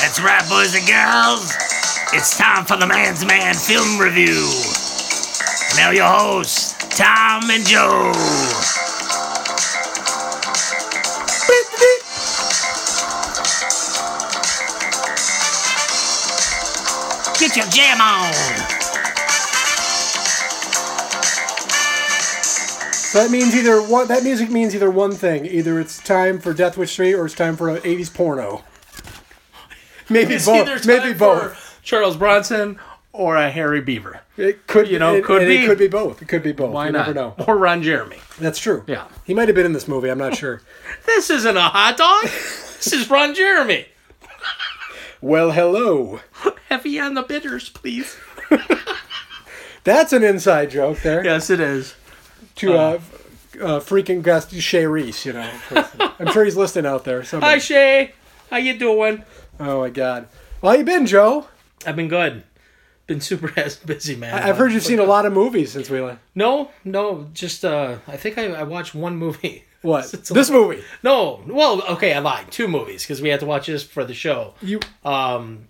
That's right, boys and girls. It's time for the Man's Man Film Review. Now your hosts, Tom and Joe. Get your jam on. So that means either one. That music means either one thing. Either it's time for Death Wish Three, or it's time for an '80s porno. Maybe It's either both. time Maybe both. for Charles Bronson or a Harry Beaver. It could, you know, it, could and be. It could be both. It could be both. Why you not? never know. Or Ron Jeremy. That's true. Yeah. He might have been in this movie. I'm not sure. This isn't a hot dog. this is Ron Jeremy. well, hello. Heavy on the bitters, please. That's an inside joke there. Yes, it is. To uh, uh, freaking guest Shay Reese, you know. I'm sure he's listening out there. Hi, somebody. Shay. How you doing? oh my God. Well, how you been, Joe? I've been good. Been super ass busy, man. I've heard you've seen a lot of movies since we left. No, no, just uh, I think I, I watched one movie. What? It's a This movie. No, well, okay, I lied. Two movies because we had to watch this for the show. You Um,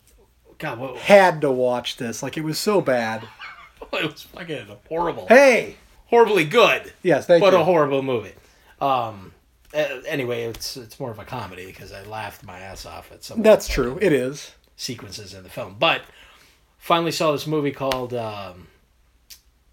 God, what, had to watch this. Like it was so bad. it was fucking horrible. Hey. Horribly good. Yes, thank but you. a horrible movie. Um, uh, anyway, it's it's more of a comedy because I laughed my ass off at some That's true. It is. sequences in the film. But finally saw this movie called um,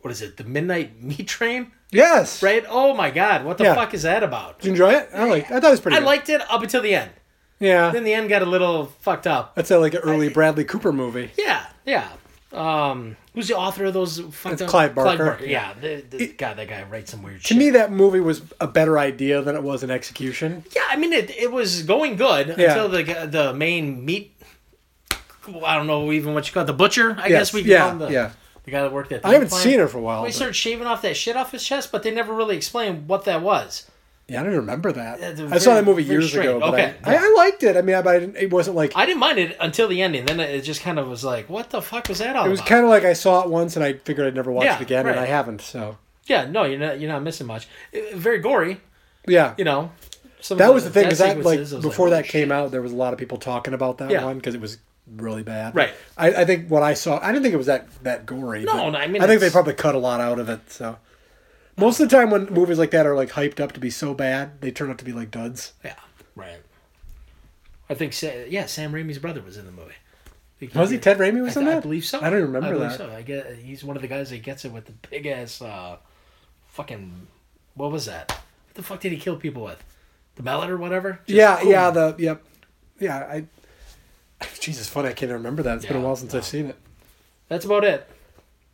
what is it? The Midnight Meat Train, Yes. right? Oh my God, what the Yeah. fuck is that about? Did you enjoy it? I like. I thought it was pretty. I good. liked it up until the end. Yeah. Then the end got a little fucked up. That's a, like an early Bradley Cooper movie. Yeah, yeah. Um, who's the author of those fucked It's up? Clive Barker. Yeah, the, the, God, that guy writes some weird To shit. me, that movie was a better idea than it was an execution. Yeah, I mean it. It was going good Yeah. until the g- the main meat. I don't know even what you call it, the butcher. I guess we can yeah, call him the, yeah. the guy that worked at. The I haven't meat plant. seen it for a while. He but- started shaving off that shit off his chest, but they never really explained what that was. yeah, I don't remember that. That's I saw very- that movie very years ago. strange. But Okay. I, I, I liked it. I mean, I, but I didn't, it wasn't like I didn't mind it until the ending. Then it just kind of was like, what the fuck was that all it was about? kind of like I saw it once and I figured I'd never watch Yeah, it again, and right. I haven't. So yeah, no, you're not you're not missing much. Uh, very gory, yeah, you know. Some of that was the thing death because that like sequences, I was before like, "Oh, that came out, there was a lot of people talking about that Yeah. one because it was really bad. Right. I, I think what I saw, I didn't think it was that that gory. No, but no, I mean, I think they it's- probably cut a lot out of it. So most of the time when movies like that are like hyped up to be so bad, they turn out to be like duds. Yeah, right. I think Sa- yeah, Sam Raimi's brother was in the movie. Was he Ted Raimi was I, in I that? believe so. I don't remember believe that. So. I get he's one of the guys that gets it with the big ass, uh, fucking, what was that? What the fuck did he kill people with? The mallet or whatever? Just yeah, boom. yeah, the yep, yeah. I Jesus, funny. I can't remember that. It's been a Yeah, while since no. I've seen it. That's about it.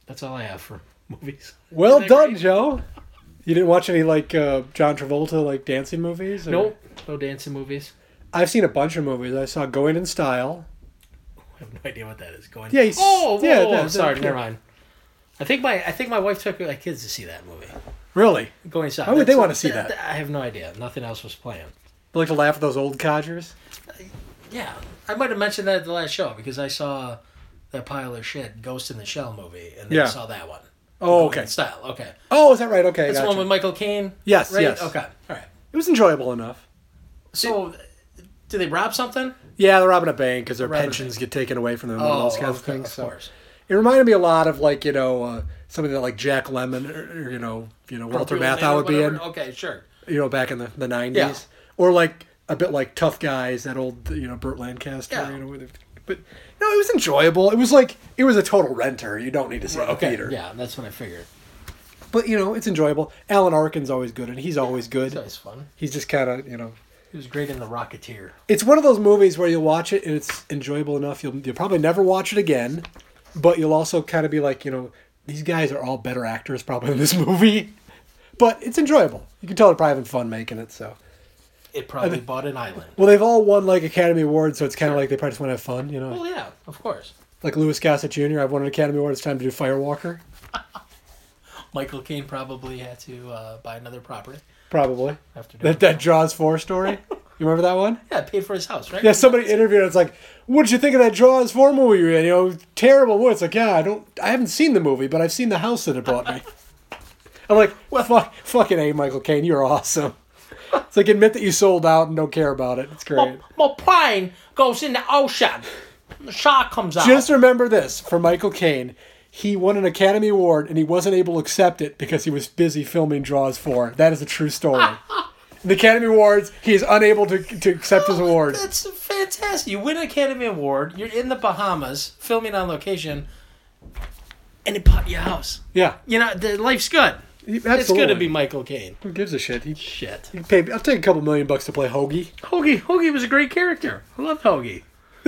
That's all I have for movies. Well Isn't that done, great? Joe. You didn't watch any like uh, John Travolta like dancing movies? or- Nope, no dancing movies. I've seen a bunch of movies. I saw Going in Style. I have no idea what that is going. Yeah, he's- oh, whoa, yeah, whoa, that- sorry, that- never mind. I think my I think my wife took my kids to see that movie. Really? Going inside. Why would Oh, they That's- wanna see that? I have no idea. Nothing else was playing. I like to laugh at those old codgers. Yeah, I might have mentioned that at the last show because I saw that pile of shit, Ghost in the Shell movie, and then Yeah. I saw that one. Oh, Golden okay. Style. Okay. Oh, is that right? Okay, That's the gotcha. one with Michael Caine. Yes, yes. Okay. All right. it was enjoyable enough. So, do they rob something? Yeah, they're robbing a bank because their Robbing a pensions get taken away from them and all those kinds of cou- things. so. Oh, course. It reminded me a lot of like you know uh, something that like Jack Lemon or, or, you know you know Walter Real Man Matthau or would be whatever? in Okay, sure. you know back in the the nineties Yeah. or like a bit like Tough Guys that old you know Burt Lancaster Yeah. you know with- but no it was enjoyable it was like it was a total renter you don't need to see the Okay. theater Yeah, that's what I figured. but you know it's enjoyable Alan Arkin's always good and he's always good That was fun. he's just kind of you know He was great in The Rocketeer. it's one of those movies where you'll watch it and it's enjoyable enough you'll, you'll probably never watch it again but you'll also kind of be like you know these guys are all better actors probably in this movie but it's enjoyable you can tell they're probably having fun making it so It probably bought an island. well they've all won like academy awards so it's kind of like they probably just want to have fun you know Well, yeah, of course. like louis gossett jr i've won an academy award it's time to do firewalker Michael Caine probably had to uh, buy another property probably after doing that, that draws four story you remember that one Yeah, paid for his house, right? Yeah, somebody interviewed. It's like, what did you think of that Jaws four movie you were in? You know, terrible. What? It's like, yeah, I don't, I haven't seen the movie, but I've seen the house that it bought me. I'm like, well, fuck, fucking a Michael Caine, you're awesome. It's like admit that you sold out and don't care about it. It's great. my plane goes in the ocean. the shock comes out. Just remember this for Michael Caine. He won an Academy Award and he wasn't able to accept it because he was busy filming Jaws 4. That is a true story. the Academy Awards, he is unable to, to accept his award. That's fantastic. You win an Academy Award. You're in the Bahamas filming on location, and it popped your house. Yeah. You know, the, life's good. Absolutely. It's good to be Michael Caine. Who gives a shit? He, Shit. he paid, I'll take a couple million bucks to play Hoagie. Hoagie. Hoagie was a great character. I loved Hoagie.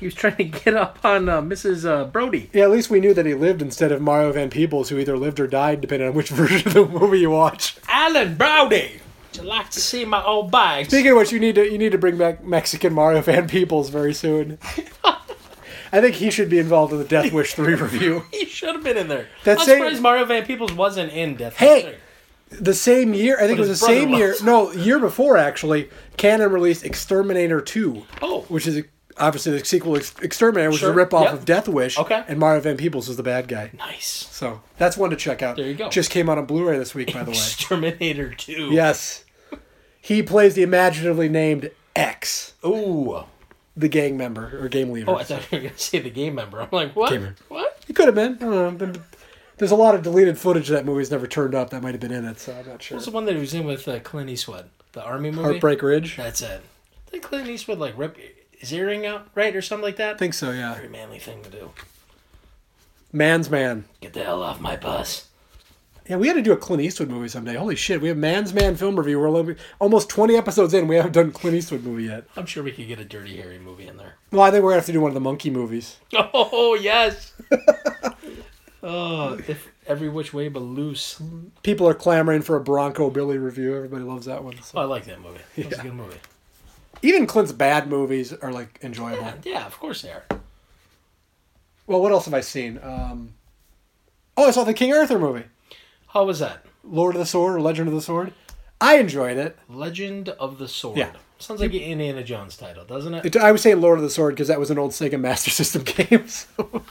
he was trying to get up on uh, Mrs. Uh, Brody. Yeah, at least we knew that he lived instead of Mario Van Peebles, who either lived or died, depending on which version of the movie you watch. Alan Brody. Would you like to see my old bike? Speaking of which, you need to you need to bring back Mexican Mario Van Peebles very soon. I think he should be involved in the Death Wish three review. He should have been in there. That I'm same- surprised Mario Van Peebles wasn't in Death. Hey! Wish. The same year, I think it was his the brother same year. was. No, year before actually, Canon released Exterminator two. Oh. which is obviously the sequel Ex- Exterminator, which is Sure, a ripoff yep. of Death Wish. Okay. and Mario Van Peebles was the bad guy. Nice. So that's one to check out. There you go. Just came out on Blu-ray this week, by the way. Exterminator 2. Yes. He plays the imaginatively named X, Ooh. the gang member or game leader. Oh, I thought you were gonna say the game member. I'm like, what? Gamer. What? It could have been. I don't know. But There's a lot of deleted footage of that movie's never turned up that might have been in it, so I'm not sure. What's the one that he was in with uh, Clint Eastwood? The army movie. Heartbreak Ridge? I That's it. Did Clint Eastwood like rip his earring out, right, or something like that? think so, yeah. Very manly thing to do. Man's Man. Get the hell off my bus. Yeah, we had to do a Clint Eastwood movie someday. Holy shit, we have Man's Man film review. We're a little bit- almost 20 episodes in. We haven't done Clint Eastwood movie yet. I'm sure we could get a Dirty Harry movie in there. Well, I think we're going to have to do one of the monkey movies. Oh yes. oh, if every which way but loose. Hmm. People are clamoring for a Bronco Billy review. Everybody loves that one. Oh, So. I like that movie. That was a good movie. Even Clint's bad movies are, like, enjoyable. Yeah, yeah, of course they are. Well, what else have I seen? Um, oh, I saw the King Arthur movie, How was that? Lord of the Sword or Legend of the Sword. I enjoyed it. Legend of the Sword. Yeah. Sounds like an Indiana Jones title, doesn't it? it I was saying Lord of the Sword because that was an old Sega Master System game. So.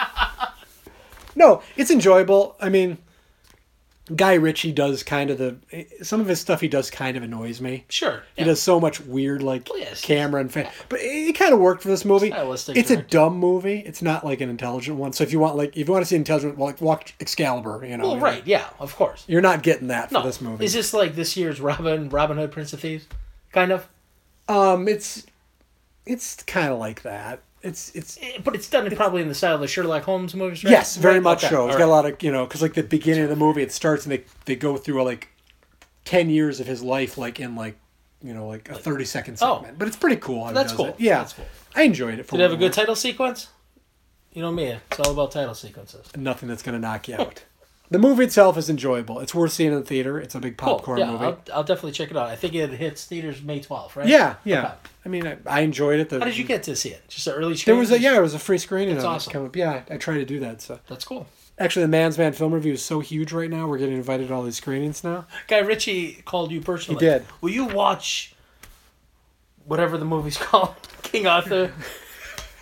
no, it's enjoyable. I mean, Guy Ritchie does kind of the some of his stuff. He does kind of annoys me. Sure. He does so much weird like Well, yes. camera and fan, but it, it kind of worked for this movie. Stylistic it's a direction. dumb movie. It's not like an intelligent one. So if you want like if you want to see intelligent, well, like watch Excalibur. You know, Well, you're- right, yeah, of course. You're not getting that for No, this movie. Is this like this year's Robin Robin Hood Prince of Thieves? Kind of, Um, it's it's kind of like that. It's it's Eh, but it's done probably in the style of the Sherlock Holmes movies. Right? yes, very Right, much okay, so. all It's right. got a lot of you know because like the beginning of the movie, it starts and they they go through like ten years of his life, like in like you know like a thirty second Oh. segment. But it's pretty cool. how he That's does cool. it. Yeah, That's cool. I enjoyed it. For Did it have a what good it title sequence? You know me. It's all about title sequences. was. Nothing that's gonna knock you out. the movie itself is enjoyable. It's worth seeing in the theater. It's a big Cool. popcorn yeah, movie. I'll, I'll definitely check it out. I think it hits theaters May 12th, right? Yeah, yeah. Okay. I mean, I, I enjoyed it. The, How did you get to see it? Just an early There screen? was a yeah, it was a free screening. That's awesome. Coming up. Yeah, I, I try to do that. So. That's cool. Actually, the Man's Man film review is so huge right now. We're getting invited to all these screenings now. Guy Ritchie called you personally. He did. Will you watch whatever the movie's called? King Arthur,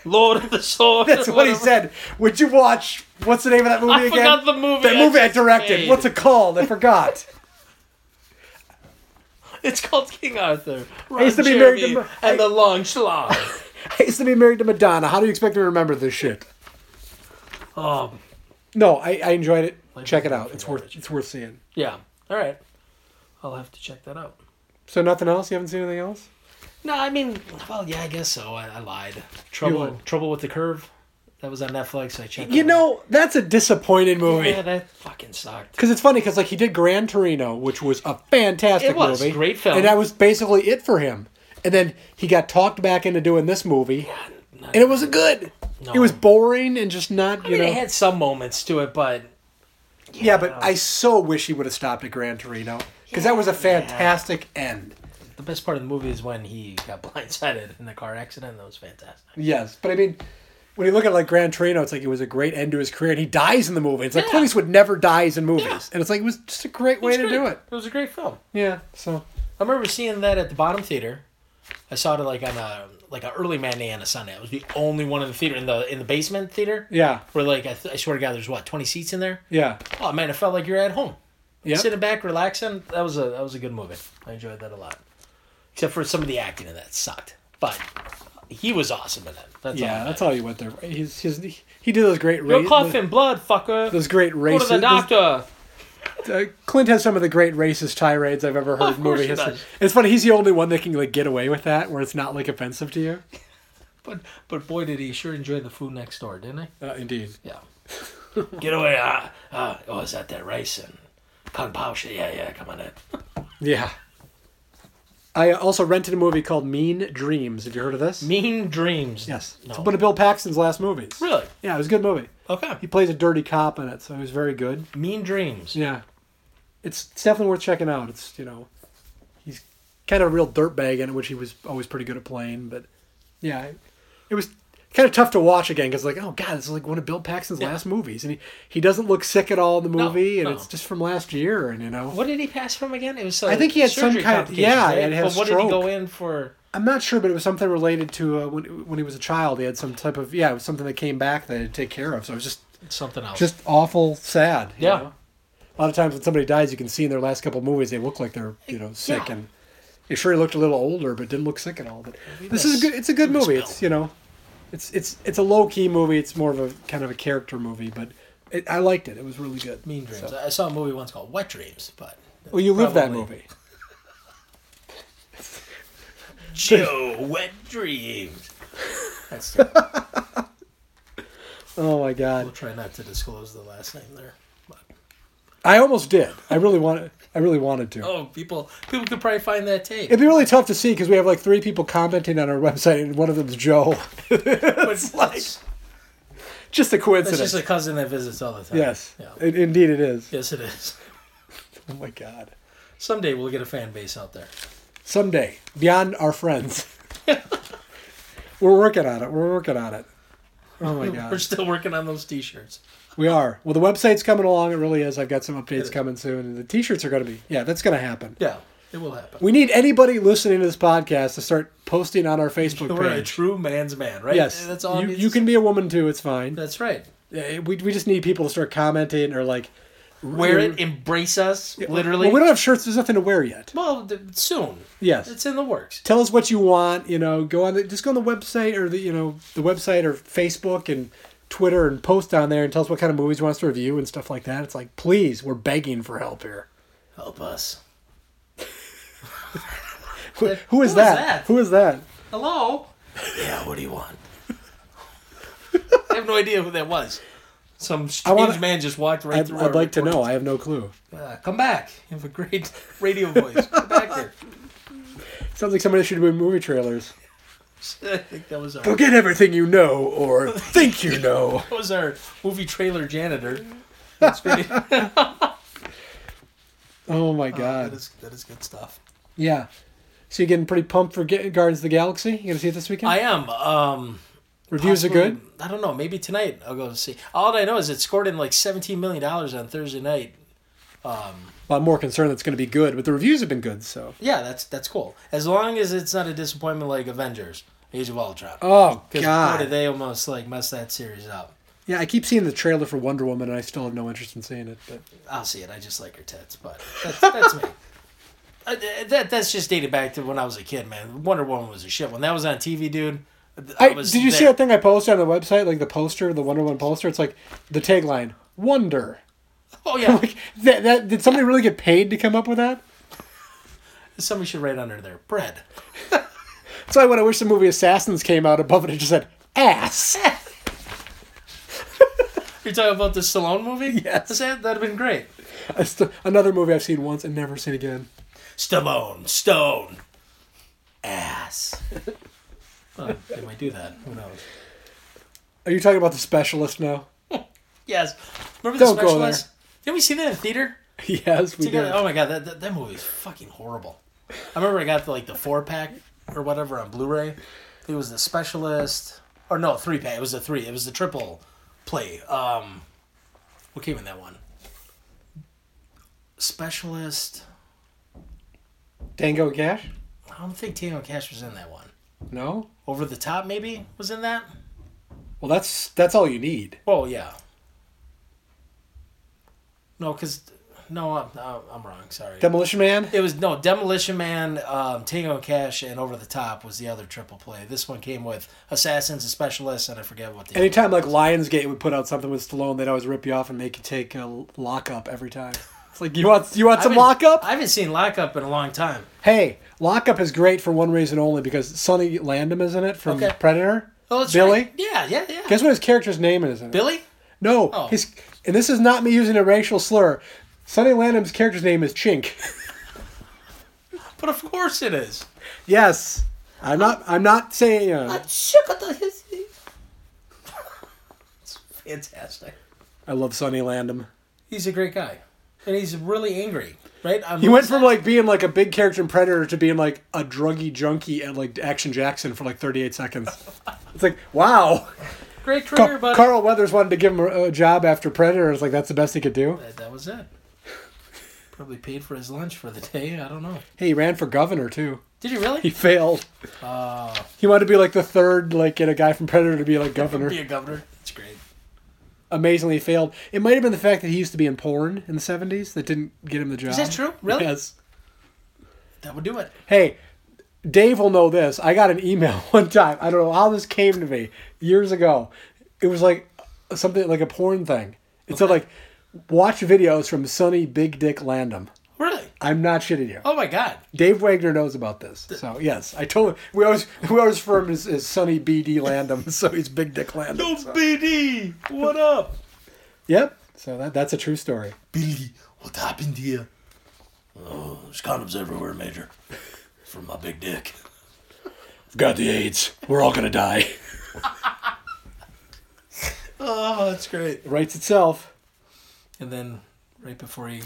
Lord of the Sword. That's what he whatever. said. Would you watch? What's the name of that movie I again? forgot the movie. That movie I just directed. made. What's it called? I forgot. It's called King Arthur. Ron used to be Jeremy married to Ma- and the Long Schlong. I used to be married to Madonna. How do you expect me to remember this shit? oh, No, I, I enjoyed it. Like, Check it I out. It's forgot worth it. it's worth seeing. yeah. All right. I'll have to check that out. So nothing else. You haven't seen anything else? No, I mean, well, yeah, I guess so. I, I lied. Trouble, lied. Trouble with the Curve. That was on Netflix. I checked. You it know that's a disappointing out. movie. yeah, that fucking sucked. Because it's funny, because like he did Gran Torino, which was a fantastic It was. movie, Great film. and that was basically it for him. And then he got talked back into doing this movie, and it wasn't good. No. It was boring and just not, I you mean, know. it had some moments to it, but yeah, but I so wish he would have stopped at Gran Torino because that was a fantastic end. the best part of the movie is when he got blindsided in the car accident. That was fantastic. Yes, but I mean, when you look at like Gran Torino, it's like it was a great end to his career, and he dies in the movie. It's like Yeah. Clint Eastwood never dies in movies, Yeah. and it's like it was just a great way was to great. do it. It was a great film. Yeah, so I remember seeing that at the bottom theater. I saw it like on a like an early matinee on a Sunday. It was the only one in the theater in the in the basement theater. yeah, Where like I, th- I swear to God, there's what twenty seats in there. yeah, Oh man, it felt like you're at home. yeah. Sitting back, relaxing. That was a that was a good movie. I enjoyed that a lot. Except for some of the acting in that sucked, but he was awesome in it. That's yeah, all. that's how he went there. He's, his, he did those great You're races. coughing blood, fucker. Those great Go to races. the doctor. Uh, Clint has some of the great racist tirades I've ever heard Of in course movie he history. does. It's funny he's the only one that can like get away with that, where it's not like offensive to you. But but boy, did he sure enjoy the food next door, didn't he? Uh, indeed. Yeah. Get away! Ah, ah, oh, is that that rice and kung pao shit? Yeah, yeah. Come on in. Yeah. I also rented a movie called Mean Dreams. Have you heard of this? Mean dreams. yes. No. It's one of Bill Paxton's last movies. Really? Yeah, it was a good movie. He Okay. plays a dirty cop in it, so it was very good. Mean dreams. Yeah. It's, it's definitely worth checking out. It's, you know, he's kind of a real dirtbag in it, which he was always pretty good at playing. But yeah, it- it was kind of tough to watch again because, like, oh, God, this is like one of Bill Paxton's last movies. And he, he doesn't look sick at all in the No, movie, and no. it's just from last year, and, you know. What did he pass from again? It was. uh, I think he had some surgery kind of- complications, yeah, right? and had a But what did he go stroke. in for? I'm not sure, but it was something related to uh, when when he was a child. He had some type of yeah, it was something that came back that he had to take care of. So it was just Something else. just awful, sad. you yeah. know? A lot of times when somebody dies, you can see in their last couple movies they look like they're you know sick Yeah. and. He sure looked a little older, but didn't look sick at all. But this miss- is a good. It's a good we miss movie. Bill. It's you know, it's it's it's a low key movie. It's more of a kind of a character movie, but it, I liked it. It was really good. Mean dreams. I saw a movie once called Wet Dreams, but Well, you live that Probably. movie. Joe Wet Dreams. That's. Oh my god. We'll try not to disclose the last name there. But, I almost did. I really wanted. I really wanted to. oh, people people could probably find that tape. It'd be really tough to see because we have like three people commenting on our website, and one of them's Joe. But it's that's, Just a that's coincidence. just a cousin that visits all the time. yes, Yeah. In- indeed it is. Yes, it is. Oh my God! Someday we'll get a fan base out there. Someday, beyond our friends, we're working on it. We're working on it. Oh my We're God, still working on those T-shirts. we are. Well, the website's coming along. It really is. I've got some updates coming soon, and the T-shirts are going to be. Yeah, that's going to happen. Yeah, it will happen. We need anybody listening to this podcast to start posting on our Facebook We're a page. true man's man, right? Yes, that's all. it You, needs you to can be a woman too. It's fine. say. That's right. Yeah, we, we just need people to start commenting or like Wear it. Embrace us. Literally. Well, we don't have shirts. There's nothing to wear yet. Well, th- soon. Yes. It's in the works. Tell us what you want. You know, go on the just go on the website or the you know the website or Facebook and Twitter and post on there and tell us what kind of movies you want us to review and stuff like that. It's like please, we're begging for help here. Help us. Who, who is, is that? that? Who is that? Hello. yeah. What do you want? I have no idea who that was. Some strange wanna- man just walked right I'd, through. our I'd like to recording. know. I have no clue. Uh, come back. You have a great radio voice. Come back here. Sounds like somebody should do movie trailers. I think that was our that Forget everything you know or think you know. was our movie trailer janitor. That's great. Oh my god. that is that is good stuff. yeah. So you getting pretty pumped for Ga- Guardians of the Galaxy? You gonna see it this weekend? I am. Um, Reviews are good. I don't know. Maybe tonight I'll go see. All I know is it scored in like seventeen million dollars on Thursday night. Well, I'm more concerned that's going to be good, but the reviews have been good, so. Yeah, that's that's cool. As long as it's not a disappointment like Avengers: Age of Ultron. Oh boy, did god! they almost like mess that series up. Yeah, I keep seeing the trailer for Wonder Woman, and I still have no interest in seeing it. But I'll see it. I just like her tits, but that's, that's me. Uh, th- that that's just dated back to when I was a kid, man. Wonder Woman was a shit. When that was on TV, dude. th- I, did you see there. that thing I posted on the website, like the poster, the Wonder Woman poster? It's like the tagline, "Wonder." Oh yeah. Like that, that did somebody really get paid to come up with that? Somebody should write under there. Bread. That's why when I wish the movie Assassins came out above it, it just said "ass." You're talking about the Stallone movie? Yes. That, that'd have been great. That's the- another movie I've seen once and never seen again. Stallone, Stone, ass. Well, they might do that. Who knows? Are you talking about the Specialist now? Yes. Remember the Don't go there. specialist? Didn't we see that in theater? yes, we Together. did. Oh my god, that, that that movie is fucking horrible. I remember I got the, like the four pack or whatever on Blu-ray. It was the specialist, or no, three pack. It was the three. It was the triple play. Um, what came in that one? Specialist. Tango Cash? I don't think Tango Cash was in that one. No. Over the top maybe was in that. Well, that's that's all you need. Well, yeah. No, because No, I'm, I'm I'm wrong. Sorry. Demolition Man. it was no Demolition Man, um, Tango and Cash, and Over the Top was the other triple play. This one came with Assassins, a Specialist, and I forget what the. Anytime like Lionsgate would put out something with Stallone, they'd always rip you off and make you take a lockup every time. It's like you want you want I some haven't- lockup. I haven't seen Lockup in a long time. Hey, lockup is great for one reason only because Sonny Landham is in it from Okay. Predator. Oh, that's Billy. right. Yeah, yeah, yeah. Guess what his character's name is? In it? Billy. No, Oh. his and this is not me using a racial slur. Sonny Landham's character's name is Chink. But of course it is. yes, I'm not. I'm not saying. Uh, It's fantastic. I love Sonny Landham. He's a great guy, and he's really angry. Right? I'm He went from like being like a big character in Predator to being like a druggy junkie at like Action Jackson for like 38 seconds. It's like wow. great career, Car- buddy. Carl Weathers wanted to give him a, a job after Predator. It's like that's the best he could do. that, that was it. Probably paid for his lunch for the day. I don't know. Hey, he ran for governor too. Did he He really? failed. Oh, He wanted to be like the third, like get a guy from Predator to be like governor. be a governor. That's great. Amazingly he failed. It might have been the fact that he used to be in porn in the seventies that didn't get him the job. Is that true? Really? Yes. That would do it. Hey, Dave will know this. I got an email one time. I don't know how this came to me years ago. It was like something like a porn thing. It said like watch videos from Sonny Big Dick Landom. Really? I'm not shitting you. Oh my God. Dave Wagner knows about this. So yes, I told we always we always refer him as, as Sonny BD Landom, so he's Big Dick Landom. so- BD, Oh, what up? Yep. So that, that's a true story. Billy, what happened to you? Oh, there's condoms everywhere, Major. From my big dick. Got the AIDS. We're all gonna die. Oh, that's great. It writes itself. And then right before he,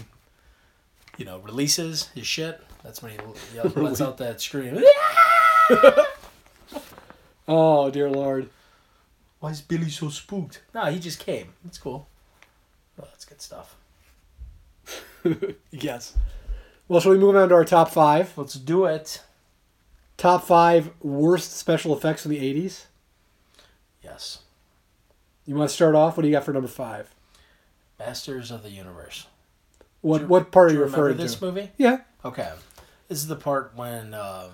you know, releases his shit, that's when he yell- lets out that scream. Oh dear lord. Why is Billy so spooked? No, he just came. That's cool. Oh, that's good stuff. Yes. Well, shall we move on to our top five? Let's do it. Top five worst special effects in the eighties. Yes. You want to start off? What do you got for number five? Masters of the Universe. What Do- what part do are you remember referring this to? movie? Yeah. Okay. This is the part when um,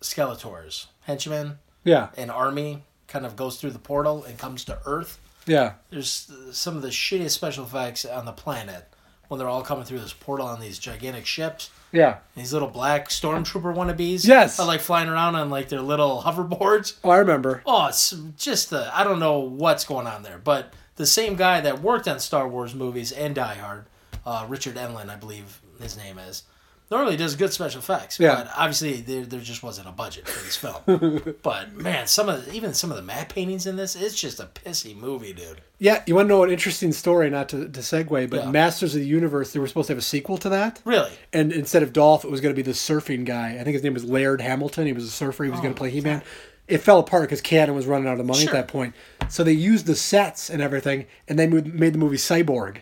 Skeletor's henchman Yeah. and army kind of goes through the portal and comes to Earth. Yeah. There's uh, some of the shittiest special effects on the planet when they're all coming through this portal on these gigantic ships. Yeah. And These little black stormtrooper wannabes. Yes. Are like flying around on like their little hoverboards. Oh, I remember. Oh, it's just the I don't know what's going on there, but the same guy that worked on Star Wars movies and Die Hard, uh, Richard Enlin, I believe his name is, normally does good special effects. Yeah. But obviously there, there just wasn't a budget for this film. but man, some of the, even some of the matte paintings in this, it's just a pissy movie, dude. Yeah. You want to know an interesting story? Not to, to segue, but Yeah. Masters of the Universe. They were supposed to have a sequel to that. Really. and instead of Dolph, it was going to be the surfing guy. I think his name was Laird Hamilton. He was a surfer. He was going to play He Man. It fell apart because Cannon was running out of money Oh, Sure. at that point. So they used the sets and everything, and they moved, made the movie Cyborg,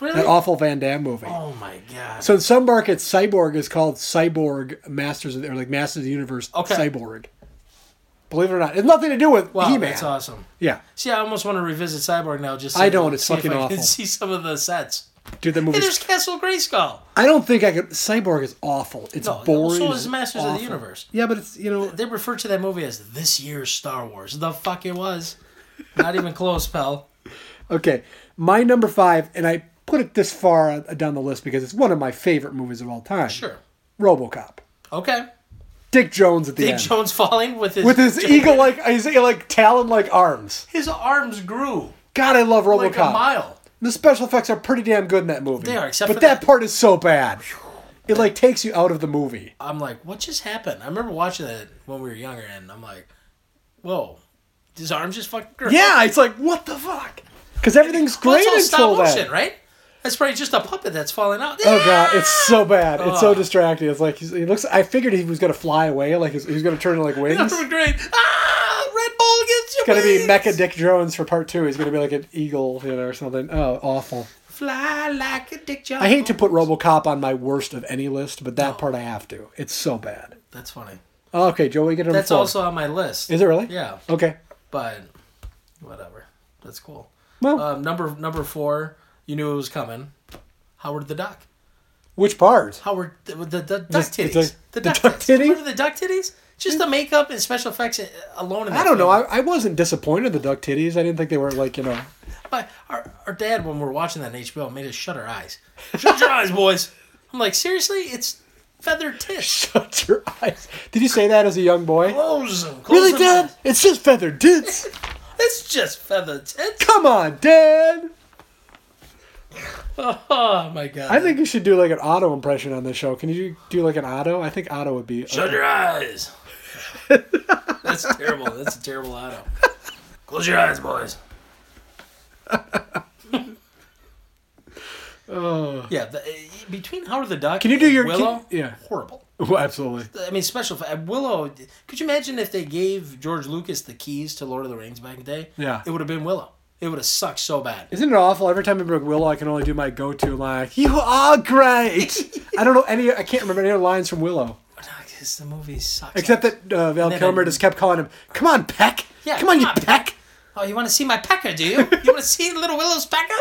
Really? that awful Van Damme movie. oh my god. So in some markets, Cyborg is called Cyborg Masters of the, or like Masters of the Universe Okay. Cyborg. Believe it or not, it's nothing to do with wow, He Man. that's uh, awesome. Yeah, See, I almost want to revisit Cyborg now. Just so I can don't, it's see if fucking I can awful. See some of the sets. dude, that Hey, movie. there's Castle Grayskull. I don't think I could. Cyborg is awful. It's No, boring. so and is Masters of the awful. Universe. Yeah, but it's you know They refer to that movie as this year's Star Wars. The fuck it was. Not even close, pal. Okay, my number five, and I put it this far uh, down the list because it's one of my favorite movies of all time. Sure. RoboCop. Okay. Dick Jones at the Dick end Jones falling with his with his eagle like his like talon like arms. His arms grew God, I love like RoboCop. a mile. the special effects are pretty damn good in that movie. They are, except but for that that- part is so bad. It like takes you out of the movie. I'm like, what just happened? I remember watching that when we were younger, and I'm like, whoa, his arms just fucking grew. Yeah, it's like what the fuck? Because everything's Well, great that's all until stop motion, then. right? That's probably just a puppet that's falling out. Oh god, it's so bad. It's so Ugh. distracting. It's like he's, he looks. I figured he was gonna fly away. Like he's, he's gonna turn into like wings. That would be great. Ah, Red Bull gets you. Um, gonna be Mecha Dick Jones for part two. He's gonna be like an eagle, you know, or something. Oh, awful. Fly like a dick job. I hate to put RoboCop on my worst of any list, but that part I have to. It's so bad. That's funny. Okay, Joey, get number That's four. also on my list. Is it really? Yeah. Okay. but whatever. That's cool. Well, Uh, Um, number number four, you knew it was coming. Howard the Duck. Which part? Howard the, the, the duck The- the titties. The, duck- the duck, duck titties. titty? Remember the duck titties? Just the makeup and special effects alone. In I that don't know. film. I, I wasn't disappointed in the duck titties. I didn't think they were like you know. My, our, our dad, when we were watching that on HBO, made us shut our eyes. Shut your eyes, boys. I'm like, seriously? It's feathered tits. Shut your eyes. Did you say that as a young boy? Close them. Close Really, them. Dad? It's just feathered tits. It's just feathered tits. Come on, Dad. Oh, my God. I think you should do like an auto impression on this show. Can you do like an auto? I think auto would be. Shut your eyes. That's terrible. That's a terrible auto. Close your eyes, boys. Yeah, the, uh, between Howard the Duck. Can you do and your- can- Willow? yeah. horrible. Well, absolutely. I mean, special effect- Willow. Could you imagine if they gave George Lucas the keys to Lord of the Rings back in the day? Yeah. it would have been Willow. It would have sucked so bad. Isn't it awful? Every time I bring Willow, I can only do my go-to line. You are great. I don't know any. I can't remember any other lines from Willow, Because Oh, the movie sucks. except that uh, Val then Kilmer I- just kept calling him. Come on, Peck. Yeah, come on, come you on, Peck. Peck." oh, you want to see my pecker? Do you? You want to see little Willow's pecker?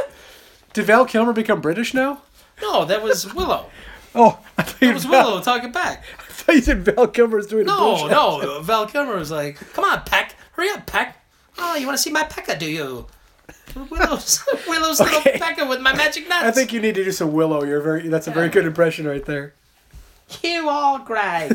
Did Val Kilmer become British now? No, that was Willow. Oh, I thought you It was Val- Willow talking back. I thought you said Val Kilmer was doing a British No, no. Val Kilmer was like, "Come on, Peck, hurry up, Peck. Oh, you want to see my pecker? Do you?" Willow's Willow's Okay. little pecker with my magic nuts. I think you need to do some Willow. You're very. That's a very good impression right there. you all great.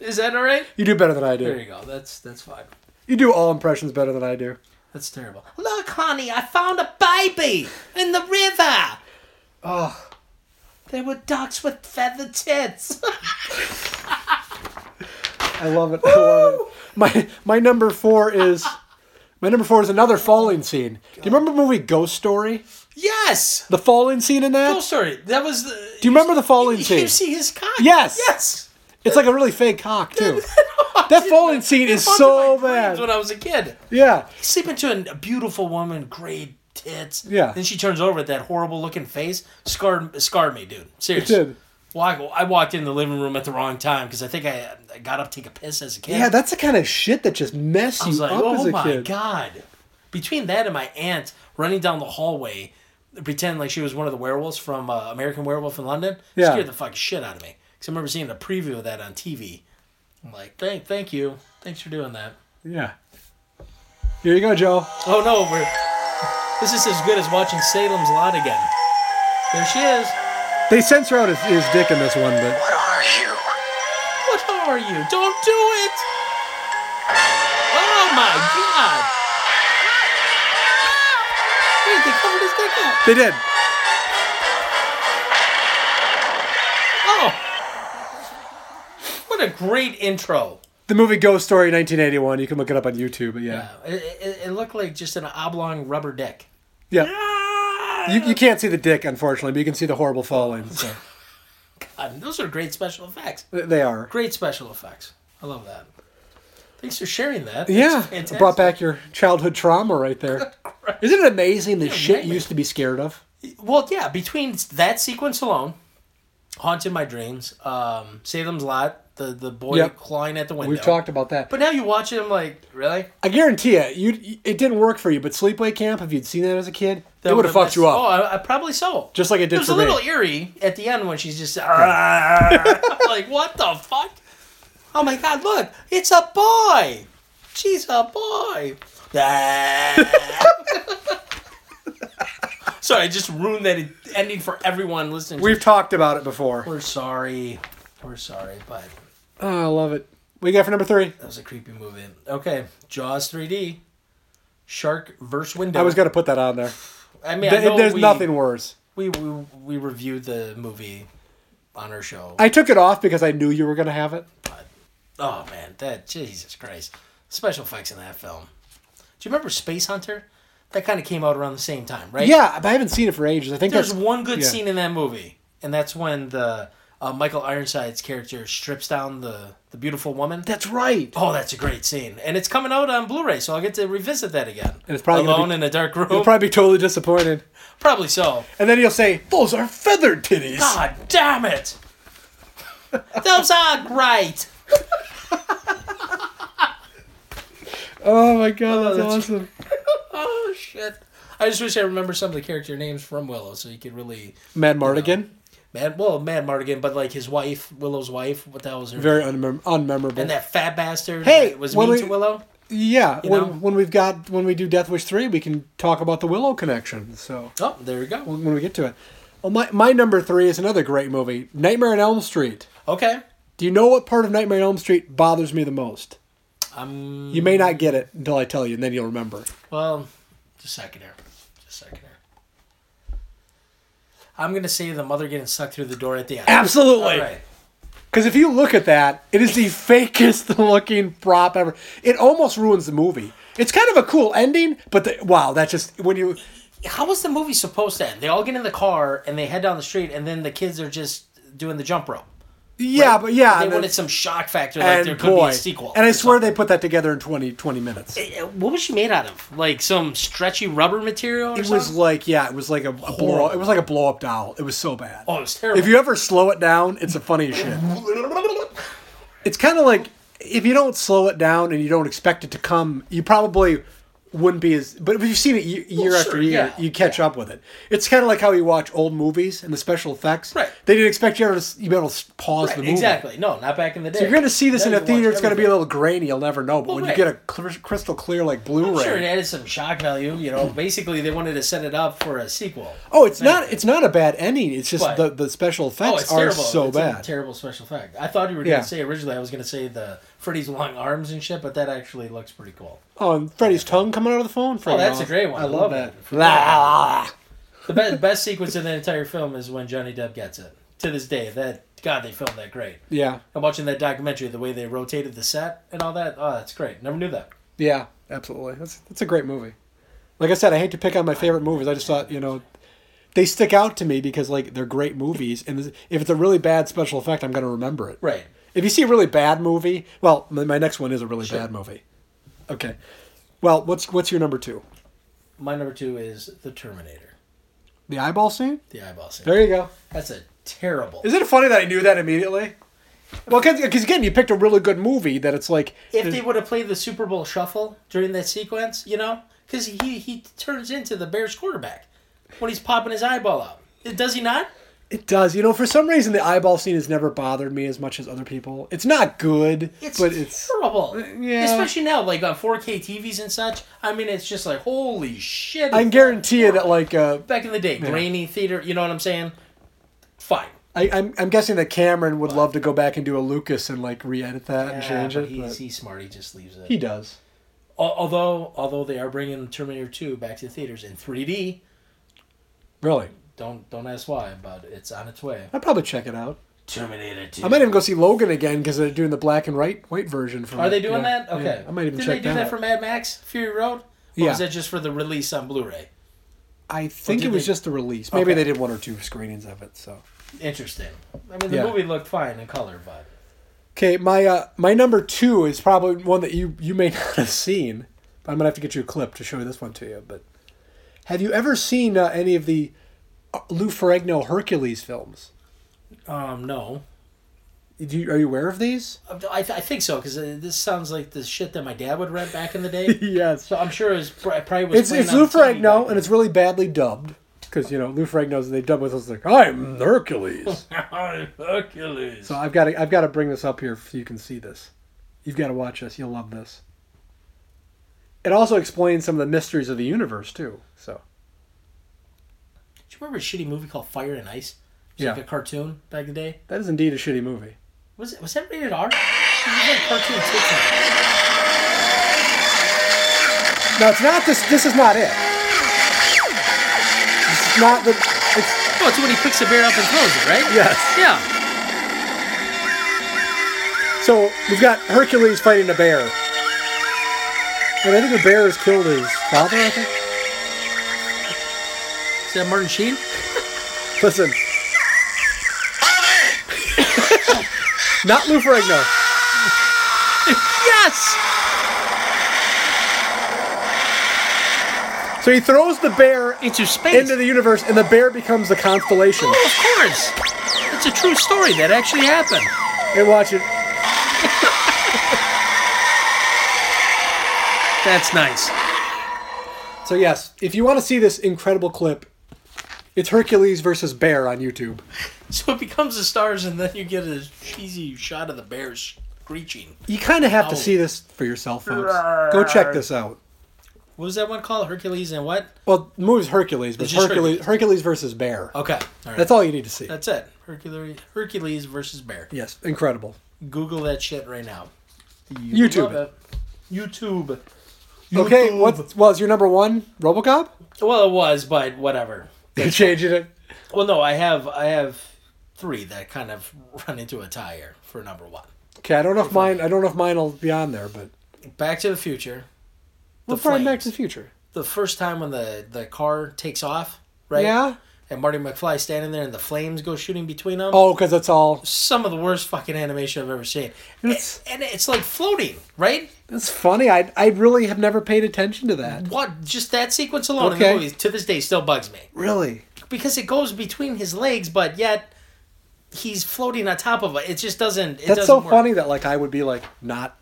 Is that all right? You do better than I There do. you go. That's that's fine. You do all impressions better than I do. That's terrible. Look, honey, I found a baby in the river. Oh, There were ducks with feather tits. I love it. I love it. My my number four is my number four is another falling scene. Do you remember the movie Ghost Story? yes. The falling scene in Cool that? story. That was the. Do you remember the falling You, scene? you see his cock. Yes. Yes. It's like a really fake cock too. That falling scene is Haunted so my dreams bad. When I was a kid. Yeah. sleeping to an- a beautiful woman, great tits. Yeah. Then she turns over at that horrible looking face. Scarred, scarred me, dude. Seriously. did. Walk, I walked in the living room at the wrong time because I think I, I got up to take a piss as a kid. Yeah, that's the kind of shit that just messed I was you like, up as oh a my kid. god. Between that and my aunt running down the hallway, pretending like she was one of the werewolves from uh, American Werewolf in London, Yeah. scared the fucking shit out of me. Because I remember seeing a preview of that on TV. I'm like, thank, thank you, thanks for doing that. Yeah. Here you go, Joe. Oh no, we're. This is as good as watching Salem's Lot again. There she is. They censor out his, his dick in this one, but What are you? What are you? Don't do it! Oh my god! Wait, they covered his dick up. they did. Oh! What a great intro. The movie Ghost Story, 1981. You can look it up on YouTube. But yeah, It, it, it looked like just an oblong rubber dick. yeah. You, you can't see the dick, unfortunately, but you can see the horrible falling. So. God, those are great special effects. They are. Great special effects. I love that. Thanks for sharing that. Yeah, That's fantastic. brought back your childhood trauma right there. Isn't it amazing the shit you nightmare. used to be scared of? Well, yeah, between that sequence alone, Haunted My Dreams, um, Salem's Lot, the, the boy Yep. clawing at the window. We've talked about that. But now you watch it, I'm like, really? I guarantee you, you it didn't work for you. But Sleepaway Camp, if you'd seen that as a kid, it would have fucked you Oh, up, I, I probably so. just like it it did was for a little e- me. eerie at the end when she's just "Arrgh." like, what the fuck? Oh my god, look, it's a boy. She's a boy. Sorry, I just ruined that ending for everyone listening. to We've talked about it before. We're sorry. We're sorry, but Oh, I love it. What you got for number three? that was a creepy movie. Okay, Jaws 3D, Shark verse Window. I was gonna put that on there. I mean, I Th- know There's we, nothing worse. We, we we reviewed the movie on our show. I took it off because I knew you were gonna have it. oh man, that Jesus Christ! Special effects in that film. Do you remember Space Hunter? That kind of came out around the same time, right? Yeah, but I haven't seen it for ages. I think There's that's one good yeah. scene in that movie, and that's when the uh, Michael Ironside's character strips down the the beautiful woman. That's right. Oh, that's a great scene, and it's coming out on Blu-ray, so I'll get to revisit that again. And it's probably gonna alone be- in a dark room. You'll probably Probably, be totally disappointed. so. And then he'll say, "Those are feathered titties." God damn it! Those are great. Oh my god, that's, awesome. Oh shit! I just wish I remember some of the character names from Willow, so you could really Mad Mardigan, man. Well, Mad Mardigan, but like his wife, Willow's wife. What the hell was her? very unmem- unmemorable. and that fat bastard. Hey, that was when mean we- to Willow. yeah, you when, know? when we've got when we do Death Wish three, we can talk about the Willow connection. So Oh, there you go. when we get to it, well, my my number three is another great movie, Nightmare on Elm Street. Okay, Do you know what part of Nightmare on Elm Street bothers me the most? I'm You may not get it until I tell you, and then you'll remember. well. Just a second here. Just a second here. I'm gonna say the mother getting sucked through the door at the end. Absolutely. All right. Because if you look at that, it is the fakest looking prop ever. It almost ruins the movie. It's kind of a cool ending, but the, wow, that's just when you. How was the movie supposed to end? They all get in the car and they head down the street, and then the kids are just doing the jump rope. Yeah, but yeah. They and wanted then- some shock factor, like and there could boy, be a sequel. And I or swear something. they put that together in 20, 20 minutes. It, Uh, What was she made out of? Like some stretchy rubber material? Or was something? like yeah, it was like a, a blow. It was like a blow up doll. It was so bad. oh, it was terrible. If you ever slow it down, it's the funniest shit. It's kind of like if you don't slow it down and you don't expect it to come, you probably wouldn't be as. But if you've seen it ye- year Well, after sure, year, yeah, you catch up with it. It's kind of like how you watch old movies and the special effects. Right. They didn't expect you ever to s- you be able to s- pause the movie. exactly. No, not back in the day. You're going to see this Now in a you theater. watch It's going to be a everything. little grainy. You'll never know. But when right. Oh, you get a clear, crystal clear like Blu-ray, Sure, it added some shock value. You know, basically they wanted to set it up for a sequel. oh, it's not it's not a bad ending. It's just But- the, the special Oh, effects it's are terrible. so it's bad. A terrible special effect. I thought you were Yeah. going to say originally. I was going to say the Freddy's long arms and shit, but that actually looks pretty cool. Oh, and Freddy's tongue coming out of the phone. Oh, Freddy that's a Off. great one. I, love, that. Blah. The be- best sequence in the entire film is when Johnny Depp gets it. To this day, that God, they filmed that great. Yeah, I'm watching that documentary, the way they rotated the set and all that. Oh, that's great. Never knew that. yeah, absolutely. That's that's a great movie. Like I said, I hate to pick on my favorite movies. I just thought you know, they stick out to me because like they're great movies, and if it's a really bad special effect, I'm gonna remember it. Right. If you see a really bad movie, well, my my next one is a really bad movie. Okay. Well, what's what's your number two? My number two is The Terminator, The eyeball scene. the eyeball scene. There you go. That's a terrible. Isn't it funny that I knew that immediately? Well, because again, you picked a really good movie that it's like if they would have played the Super Bowl shuffle during that sequence, you know, because he he turns into the Bears quarterback when he's popping his eyeball out. It- Does he not? It does. You know, for some reason, the eyeball scene has never bothered me as much as other people. It's not good, It's but it's Uh, terrible. yeah. Especially now, like on 4K TVs and such. I mean, it's just like holy shit. I can guarantee you that, like, uh, back in the day, grainy theater. You know what I'm saying? Fine. I, I'm, I'm guessing that Cameron would love to go back and do a Lucas and like re-edit that and change Ah, it. but he's, but he's smart. He just leaves it. he does. Al- although, although they are bringing Terminator 2 back to the theaters in 3D. Really, Don't don't ask why, but it's on its way. I'd probably check it out. Terminator 2. I might even go see Logan again because they're doing the black and white white version. From Are it. they doing Yeah. that? Okay. Yeah. I might even Did check they do that, that. out. for Mad Max Fury Road? Or Yeah. was that just for the release on Blu-ray? I think did it was they- just the release. Maybe Okay. they did one or two screenings of it. So. Interesting. I mean, the Yeah. movie looked fine in color, but Okay, my uh, my number two is probably one that you you may not have seen. But I'm gonna have to get you a clip to show this one to you. But have you ever seen uh, any of the uh, Lou Ferrigno Hercules films? um, no. Do you, are you aware of these? I, th- I think so because this sounds like the shit that my dad would rent back in the day. yes. so I'm sure it was pr- probably was. It's playing it's on Lou TV Ferrigno, back and it's really badly dubbed because you know Lou Ferrigno's they dub with us like I'm Hercules. then. Hercules. so I've got to I've got to bring this up here so you can see this. You've got to watch this. You'll love this. It also explains some of the mysteries of the universe too. So. Do you remember a shitty movie called Fire and Ice? It was Yeah. like a cartoon back in the day. That is indeed a shitty movie. Was it, was that rated R? It was like cartoon tits in it. No, it's not this. This is not it. This is not the. It's, Oh, it's when he picks the bear up and throws it, right? yes. Yeah. So we've got Hercules fighting a bear, and I think the bear has killed his father. I think. Is that Martin Sheen? Listen. not Lou Ferrigno. Yes. So he throws the bear into space. into the universe, and the bear becomes the constellation. of course. It's a true story that actually happened. And watch it. That's nice. So yes, if you want to see this incredible clip, it's Hercules versus Bear on YouTube. So it becomes the stars, and then you get a cheesy shot of the bears screeching. You kind of have to Oh. see this for yourself, folks. Go check this out. What was that one called? Hercules and what? Well, the movie's Hercules, but It's just Hercules, Hercules. Hercules versus Bear. Okay, all right. That's all you need to see. That's it. Hercules, Hercules versus bear. Yes, incredible. Google that shit right now. YouTube. Love it. it. YouTube. Okay, YouTube. what was your number one? RoboCop. Well, it was, but whatever. They changed it. Well, no, I have I have three that kind of run into a tie here for number one. Okay, I don't know if mine. I don't know if mine will be on there, but Back to the Future. we'll The find Back Flames. to the Future. The first time when the the car takes off, right? Yeah. And Marty McFly standing there, and the flames go shooting between them. Oh, because it's all. Some of the worst fucking animation I've ever seen. It's- and it's like floating, right? It's funny. I I really have never paid attention to that. What? Just that sequence alone Okay. in the movie to this day still bugs me. Really? because Mm-hmm. it goes between his legs, but yet he's floating on top of it. It just doesn't. It That's doesn't so work. funny that like I would be like not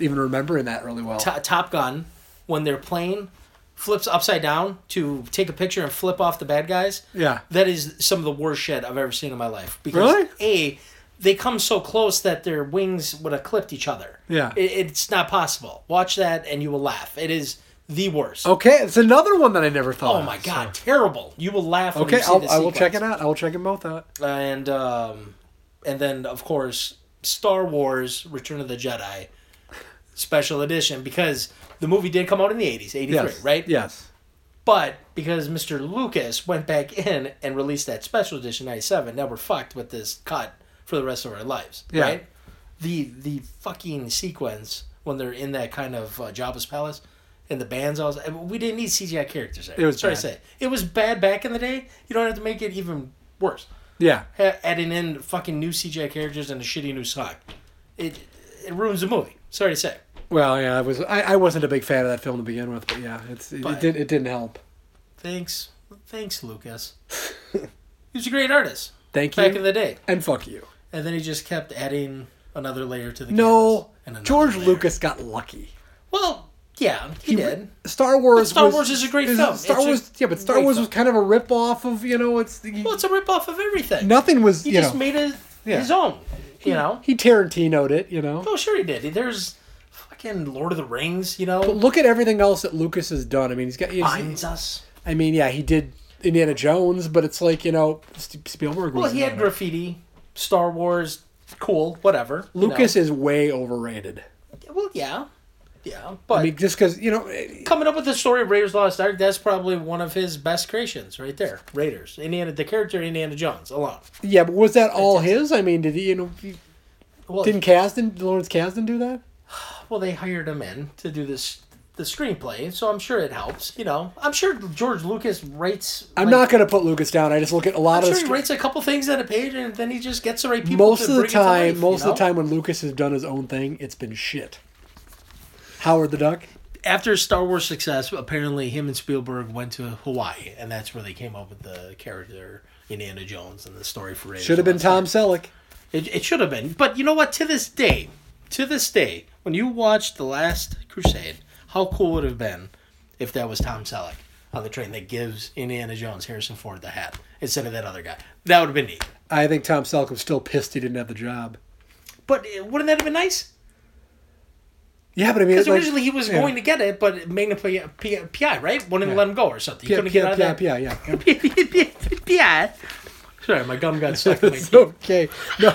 even remembering that really well. To- Top Gun, when their plane flips upside down to take a picture and flip off the bad guys. Yeah. that is some of the worst shit I've ever seen in my life. Because Really? a they come so close that their wings would have clipped each other. Yeah. It, it's not possible. Watch that and you will laugh. It is the worst. Oh, Okay, it's another one that I never thought. of, my so- god, terrible! You will laugh. When Okay, you see I'll, this I will sequence. check it out. I will check them both out. and um, and then of course Star Wars: Return of the Jedi special edition because the movie did come out in the 80s 83 Yes. right Yes. but because mr lucas went back in and released that special edition 97 now we're fucked with this cut for the rest of our lives Yeah. right the the fucking sequence when they're in that kind of uh, jabba's palace and the bands all I mean, we didn't need cgi characters there It was sorry bad. to say it was bad back in the day you don't have to make it even worse Yeah. ha- adding in fucking new CGI characters and a shitty new song. It it ruins the movie. Sorry to say. Well, yeah, I was. I, I wasn't a big fan of that film to begin with, but yeah, it's it, it But- did it didn't help. Thanks, thanks, Lucas. he was a great artist Thank you. back in the day, and fuck you. and then he just kept adding another layer to the No, canvas and another George layer. Lucas got lucky. Well, yeah, he, did. Star Wars. But Star was- Wars is a great film. Star It's a Wars, yeah, but Star great Wars film. was kind of a rip off of you know it's Well, it's a ripoff of everything. nothing was he you just know made it Yeah. his own. You know? he Tarantino'd it you know. Oh, sure he did. There's fucking Lord of the Rings. You But know, look at everything else that Lucas has done. I mean, he's got. he's- finds us. I mean, yeah, he did Indiana Jones, but it's like you know St- Spielberg. Well, was he had another. graffiti, Star Wars, cool, whatever. you Lucas is way overrated. know. Well, yeah, yeah, but I mean, just because you know, eh, coming up with the story of Raiders of the Lost Ark, that's probably one of his best creations, right there. Raiders, Indiana, the character Indiana Jones, alone. yeah, but was that all his? I mean, did he you know he- Well, didn't Kasdan Lawrence Kasdan do that? well, they hired him in to do this the screenplay, so I'm sure it helps. You know, I'm sure George Lucas writes. I'm like, not gonna put Lucas down. I just look at a lot I'm of sure the he sc- writes a couple things on a page, and then he just gets the right people. most to of the bring it to time, life, you most of know? the time when Lucas has done his own thing, it's been shit. Howard the Duck. after Star Wars success, apparently him and Spielberg went to Hawaii, and that's where they came up with the character Indiana Jones and the story for it. Should have been Tom Selleck. It, it should have been, but you know what? To this day, to this day, when you watch The Last Crusade, how cool would it have been if that was Tom Selleck on the train that gives Indiana Jones Harrison Ford the hat instead of that other guy? That would have been neat. I think Tom Selleck was still pissed he didn't have the job. But uh, wouldn't that have been nice? Yeah, but I mean, Because like- originally he was yeah. going to get it, but Magna P- uh, P- PI, right? Wouldn't let him go or something. He Yeah, couldn't get out yeah, of yeah, that. yeah, yeah. yeah. Sorry, my gum got stuck in my It's teeth. okay. No,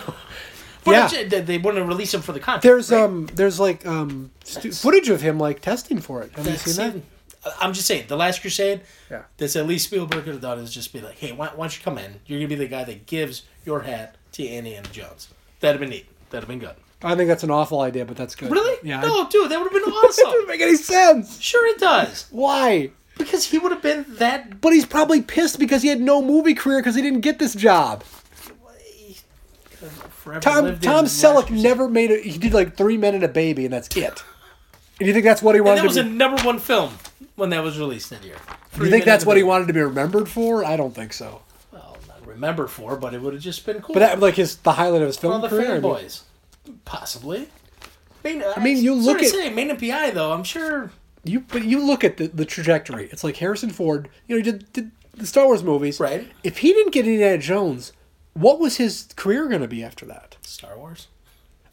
But yeah. I'm ju- they- they wouldn't release him for the contract. there's right? um, there's like um, stu- footage of him like testing for it. Have you That's seen that? it. I- I'm just saying, The Last Crusade, Yeah. that's at least Spielberg could have done is just be like, hey, why, why don't you come in? You're going to be the guy that gives your hat to Indiana Jones. That'd have been neat. That'd have been good. I think that's an awful idea, but that's good. Really? Yeah. I- No, dude, that would have been It doesn't awesome. make any sense. sure it does. Why? Because he would have been that But he's probably pissed because he had no movie career because he didn't get this job. forever Tom lived in Tom The Last Selleck Crusade. never made it. He did like three men and a baby, and that's it. And you think that's what he And wanted that was to a be? number one film when that was released that year. you think that's what he wanted to be remembered for? I don't think so. Well, not remember for, but it would have just been cool. But that like his the highlight of his film all the career. I mean- fanboys, possibly. Main, I mean, you look sorry at- to say Main and PI though. I'm sure you but you look at the, the trajectory. It's like Harrison Ford. You know, he did, did the Star Wars movies. Right. If he didn't get Indiana Jones, what was his career going to be after that? Star Wars?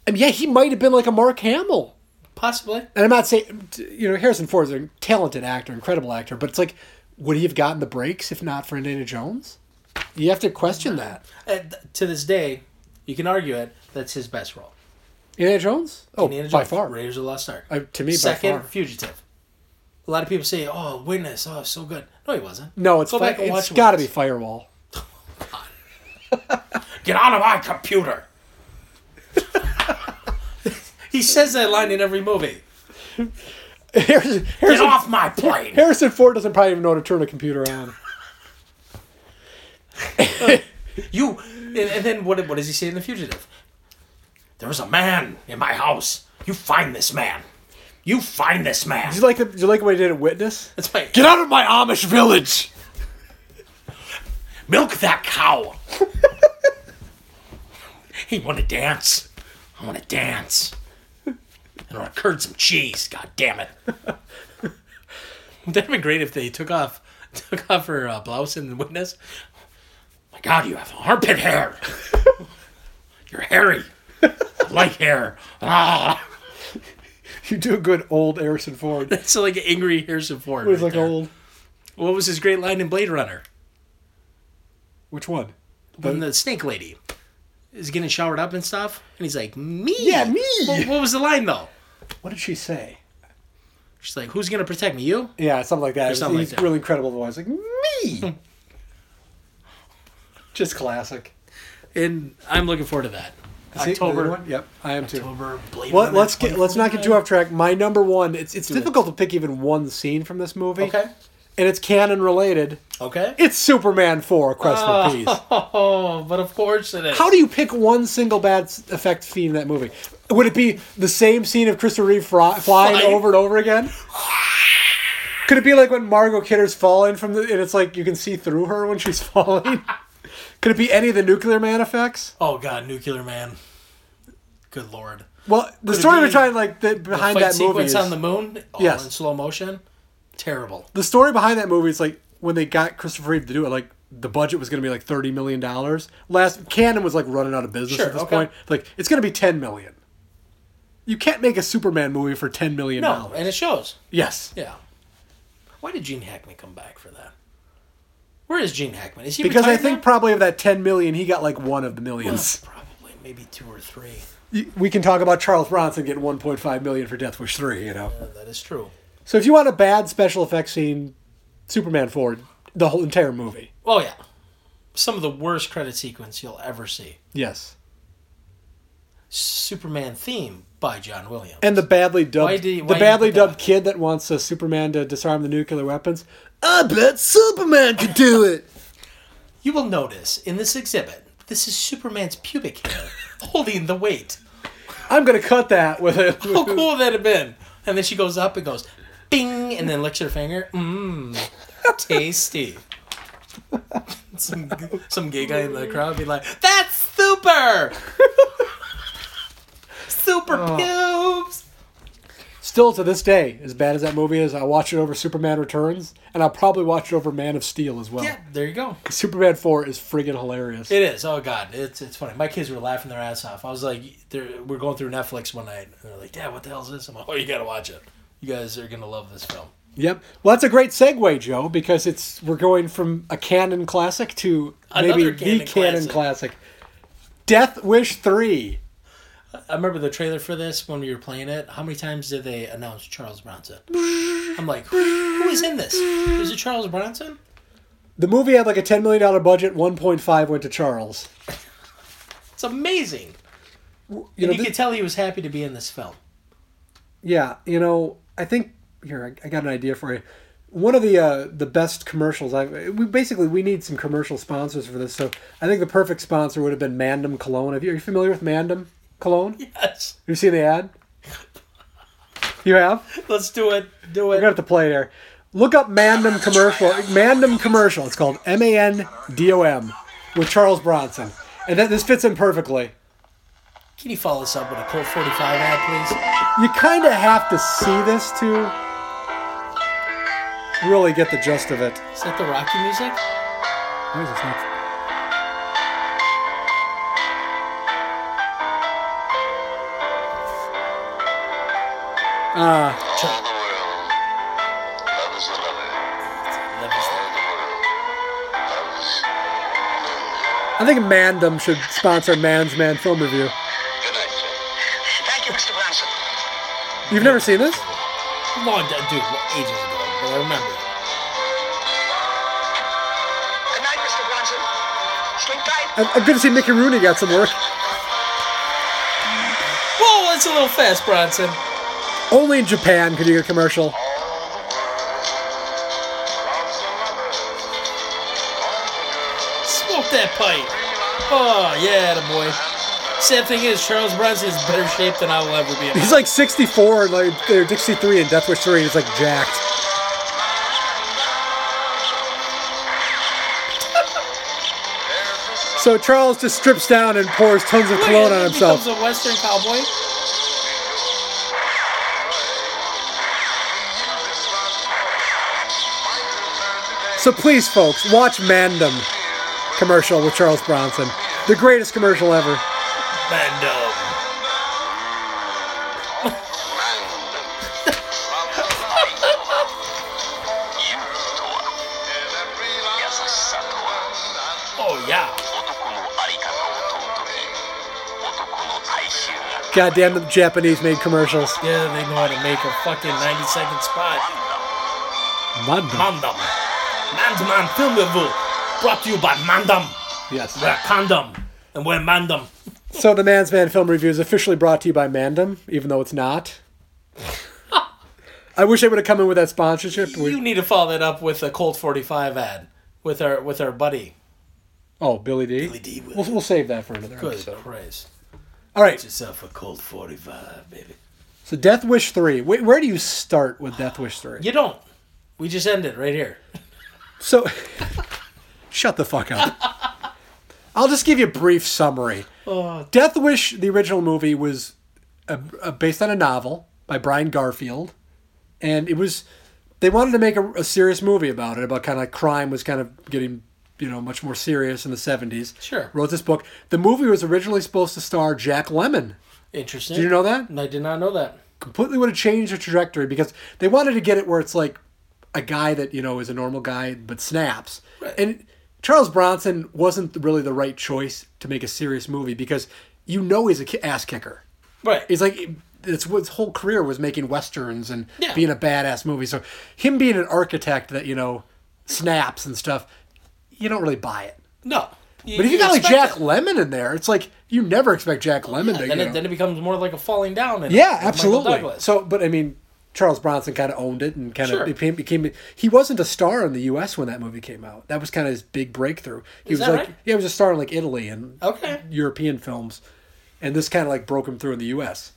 I mean, yeah, he might have been like a Mark Hamill. Possibly. And I'm not saying you know Harrison Ford's a talented actor, incredible actor, but it's like, would he have gotten the breaks if not for Indiana Jones? You have to question that. And th- to this day, you can argue it, that's his best role. Indiana Jones? Oh, Indiana by Jones, far. Raiders of the Lost Ark. Uh, to me, by Second, far. Fugitive. A lot of people say, oh, Witness, oh, so good. No, he wasn't. No, it's Go fi- back and it's watch got to be Witness. Firewall. Get out of my computer! he says that line in every movie. Harrison, Get Harrison, off my plane! Harrison Ford doesn't probably even know how to turn a computer on. You and, and then what? What does he say in the fugitive? There was a man in my house. You find this man. You find this man. Do you like the, do you like what he did at Witness? That's my Get out of my Amish village! milk that cow. he want to dance. I want to dance. And I curd some cheese. God damn it. That'd be great if they took off took off her uh, blouse in the witness. My God, you have armpit hair. You're hairy. I like hair. Ah. You do a good old Harrison Ford. It's like an angry Harrison Ford. He's right like there. old. What was his great line in Blade Runner? Which one? When the snake lady is getting showered up and stuff, and he's like, "Me, Yeah, me. What, what was the line though? What did she say? She's like, "Who's gonna protect me? You?" Yeah, something like that. It's something like he's that. really incredible voice. Like me. Just classic. And I'm looking forward to that. Is he- the October. other one? Yep, I am too. October. Blade Let, Runner let's get let's not get too 2049. off track. My number one. It's it's difficult to pick even one scene from this movie. Okay. And it's canon related. Okay. It's Superman Four: Quest for Peace. Oh, but of course it is. How do you pick one single bad s- effect scene in that movie? Would it be the same scene of Christopher Reeve fry, flying Flying. over and over again? Could it be like when Margot Kidder's falling from the, and it's like you can see through her when she's falling? Could it be any of the Nuclear Man effects? Oh God, Nuclear Man. Good Lord. Well, the it story be we're trying like the, behind Fight that movie sequence is, on the moon, all Yes. in slow motion. Terrible. the story behind that movie is like when they got Christopher Reeve to do it, like the budget was going to be like thirty million dollars. Last Canon was like running out of business Sure, at this okay. point. Like it's going to be ten million. You can't make a Superman movie for ten million No, dollars. and it shows. Yes, Yeah. Why did Gene Hackman come back for that? Where is Gene Hackman? Is he because I retired think now? probably of that ten million, he got like one of the millions. probably maybe two or three. You- we can talk about Charles Bronson getting one point five million for Death Wish three. You know. Uh, that is true. So if you want a bad special effects scene, Superman four, the whole entire movie. Oh yeah, some of the worst credit sequence you'll ever see. Yes, Superman theme by John Williams. and the badly dubbed Why do you- why the you badly put that dubbed kid that wants uh, Superman to disarm the nuclear weapons. I bet Superman could do it. you will notice in this exhibit, this is Superman's pubic hair holding the weight. I'm gonna cut that with a How cool would that have been? And then she goes up and goes, bing, and then licks her finger. Mmm, tasty. some, some gay guy in the crowd be like, that's super! super pubes! Still to this day, as bad as that movie is, I watch it over Superman Returns, and I'll probably watch it over Man of Steel as well. Yeah, there you go. Superman Four is friggin' hilarious. It is. Oh god, it's it's funny. My kids were laughing their ass off. I was like, they're, we're going through Netflix one night, and they're like, Dad, what the hell is this? I'm like, Oh, you gotta watch it. You guys are gonna love this film. Yep. Well, that's a great segue, Joe, because it's we're going from a canon classic to maybe Another the canon canon classic. Death Wish Three. I remember the trailer for this when we were playing it. How many times did they announce Charles Bronson? I'm like, who is in this? Is it Charles Bronson? The movie had like a ten million dollar budget. One point five went to Charles. It's amazing. You and know, you thi- could tell he was happy to be in this film. Yeah, you know, I think here I, I got an idea for you. One of the uh, the best commercials I we basically we need some commercial sponsors for this. So I think the perfect sponsor would have been Mandem Cologne. Have you, are you familiar with Mandem Cologne? Have Yes. you seen the ad? You have. Let's do it. Do We're gonna it. have to play there. Look up Mandem commercial. Mandem commercial. It's called M A N D O M with Charles Bronson, and that this fits in perfectly. Can you follow us up with a Colt 45 ad, please? You kind of have to see this too. really get the gist of it. Is that the Rocky music? Why is this not- Ah, Tell the world, love is loving. Love is Tell the world, love is I loving. think Mandem should sponsor Man's Man Film Review. Good night, sir. Thank you, Mr. Branson. You've never seen this? Love. Long time, dude, ages ago, but I remember it. Good night, Mr. Branson. Sleep tight. I- I'm gonna uh, see Mickey Rooney got some work. Whoa, that's Oh, a little fast, Bronson. Only in Japan could you get a commercial. All the world loves a lover. All the girls Smoke that pipe. realize Oh, yeah, the boy. Sad thing is, Charles Bronson is better shape than I will ever be. He's like 64, and like or 63 in Death Wish 3, and he's like jacked. So Charles just strips down and pours tons of cologne on himself. becomes a Western cowboy. So please, folks, watch Mandem commercial with Charles Bronson. The greatest commercial ever. Mando. Oh, yeah. Goddamn, the Japanese made commercials. Yeah, they know how to make a fucking 90 second spot. Mandem. Mandam. Man to man film review. Brought to you by Mandam. Yes. We're condom. And we're Mandam. So the Man's Man film review is officially brought to you by Mandem, even though it's not. I wish they would have come in with that sponsorship. We- You need to follow that up with a Colt 45 ad with our with our buddy. oh, Billy D. Billy D will. We'll, we'll save that for another Good episode. Christ. All right. Yourself a Colt 45, baby. So Death Wish three. Wait, where do you start with Death Wish three? You don't. We just ended right here. So, shut the fuck up. I'll just give you a brief summary. Death Wish, the original movie, was uh uh based on a novel by Brian Garfield, and it was they wanted to make a, a serious movie about it, about kind of crime was kind of getting you know much more serious in the seventies. Sure. Wrote this book. The movie was originally supposed to star Jack Lemmon. Interesting. Did you know that? I did not know that. completely would have changed the trajectory because they wanted to get it where it's like a guy that you know is a normal guy but snaps Right. and charles bronson wasn't really the right choice to make a serious movie because you know he's a ki- ass kicker Right. he's like it's what his whole career was making westerns and Yeah. being a badass movie so him being an architect that you know snaps and stuff you don't really buy it no. but if you got like expect jack it. lemon in there it's like you never expect jack lemon to then, you it, know- then it becomes more like a falling down. And yeah, with Michael absolutely. Douglas. So, but I mean, Charles Bronson kind of owned it and kind of Sure. became, became. He wasn't a star in the U.S. when that movie came out. That was kind of his big breakthrough. He Is was that like, right? yeah, he was a star in like Italy and Okay. European films, and this kind of like broke him through in the U.S.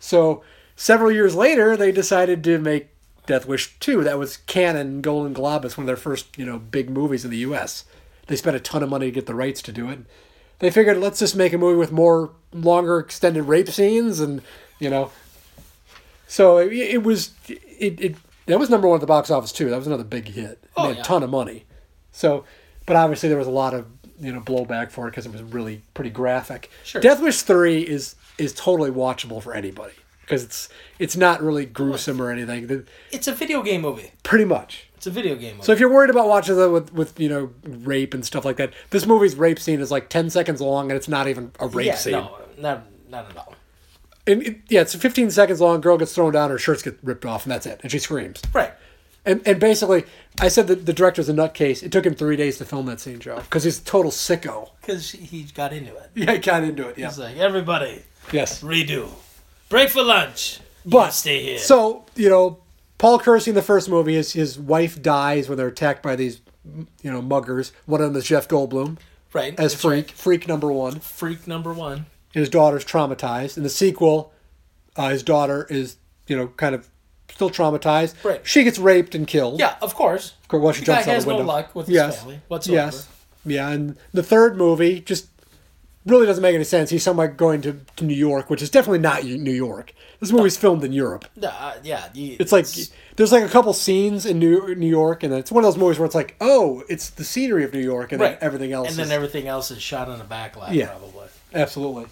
So several years later, they decided to make Death Wish two. That was Canon Golden Globus, one of their first you know big movies in the U.S. They spent a ton of money to get the rights to do it. They figured let's just make a movie with more longer extended rape scenes and you know. So it, it was it, it that was number one at the box office too. That was another big hit. It Oh, made yeah. a ton of money. So, but obviously there was a lot of you know blowback for it because it was really pretty graphic. Sure. Death Wish three is is totally watchable for anybody because it's it's not really gruesome or anything. The- It's a video game movie. Pretty much. It's a video game movie. So if you're worried about watching that with with you know rape and stuff like that, this movie's rape scene is like ten seconds long and it's not even a rape yeah, scene. no, not, not at all. And it, yeah, it's 15 seconds long. Girl gets thrown down, her shirts get ripped off, and that's it. And she screams. Right. And, and basically, I said that the director's a nutcase. It took him three days to film that scene, Joe, because he's a total sicko. Because he got into it. Yeah, he got into it. Yeah. It's like, everybody, Yes. redo. Break for lunch. You But stay here. So you know, Paul Kersey in the first movie, his his wife dies when they're attacked by these, you know, muggers. One of them is Jeff Goldblum right. as that's Freak, right. Freak number one. Freak number one. his daughter's traumatized. In the sequel, uh, his daughter is you know kind of still traumatized. Right. She gets raped and killed. Yeah, of course. Or Well, she The guy jumps out has the window. no luck with his yes. family whatsoever. Yes. Yeah, and the third movie just really doesn't make any sense. He's somewhere going to, to New York, which is definitely not U- New York. This movie's filmed in Europe. Yeah, uh, yeah. you- It's like there's like a couple scenes in New New York, and it's one of those movies where it's like, oh, it's the scenery of New York, and right. then everything else. and then is, everything else is shot on a backlot. Yeah. probably. absolutely.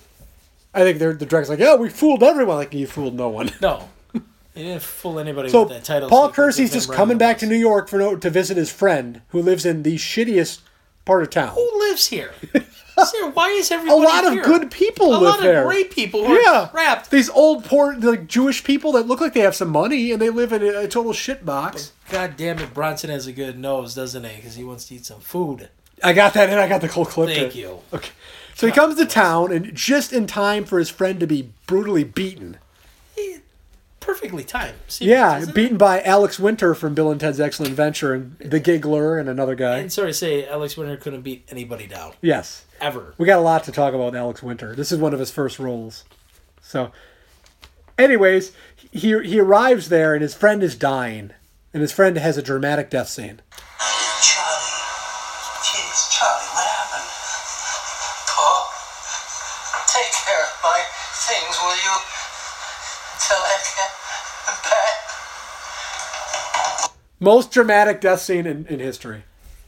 I think they're, the director's like, oh, we fooled everyone. Like you fooled no one. No, you didn't fool anybody So with that title. Paul sequence Kersey's of him just running coming the back bus. to New York for no, to visit his friend who lives in the shittiest part of town. Who lives here? Sir, why is A everybody lot of here? good people A live lot there. of great people who yeah, are trapped. These old poor like Jewish people that look like they have some money and they live in a, a total shit box. God damn it, Bronson has a good nose, doesn't he? Because he wants to eat some food. I got that and I got the whole clip. Thank to- you. Okay. So he comes to town and just in time for his friend to be brutally beaten. He- perfectly timed. See, Yeah, isn't it? beaten by Alex Winter from Bill and Ted's Excellent Adventure and The Giggler and another guy. And sorry to say, Alex Winter couldn't beat anybody down Yes. ever. We got a lot to talk about with Alex Winter. This is one of his first roles. So, anyways, he he arrives there and his friend is dying, and his friend has a dramatic death scene. Charlie. Jeez, Charlie, what happened? Paul, take care of my things, will you? Till I get back. Most dramatic death scene in, in history.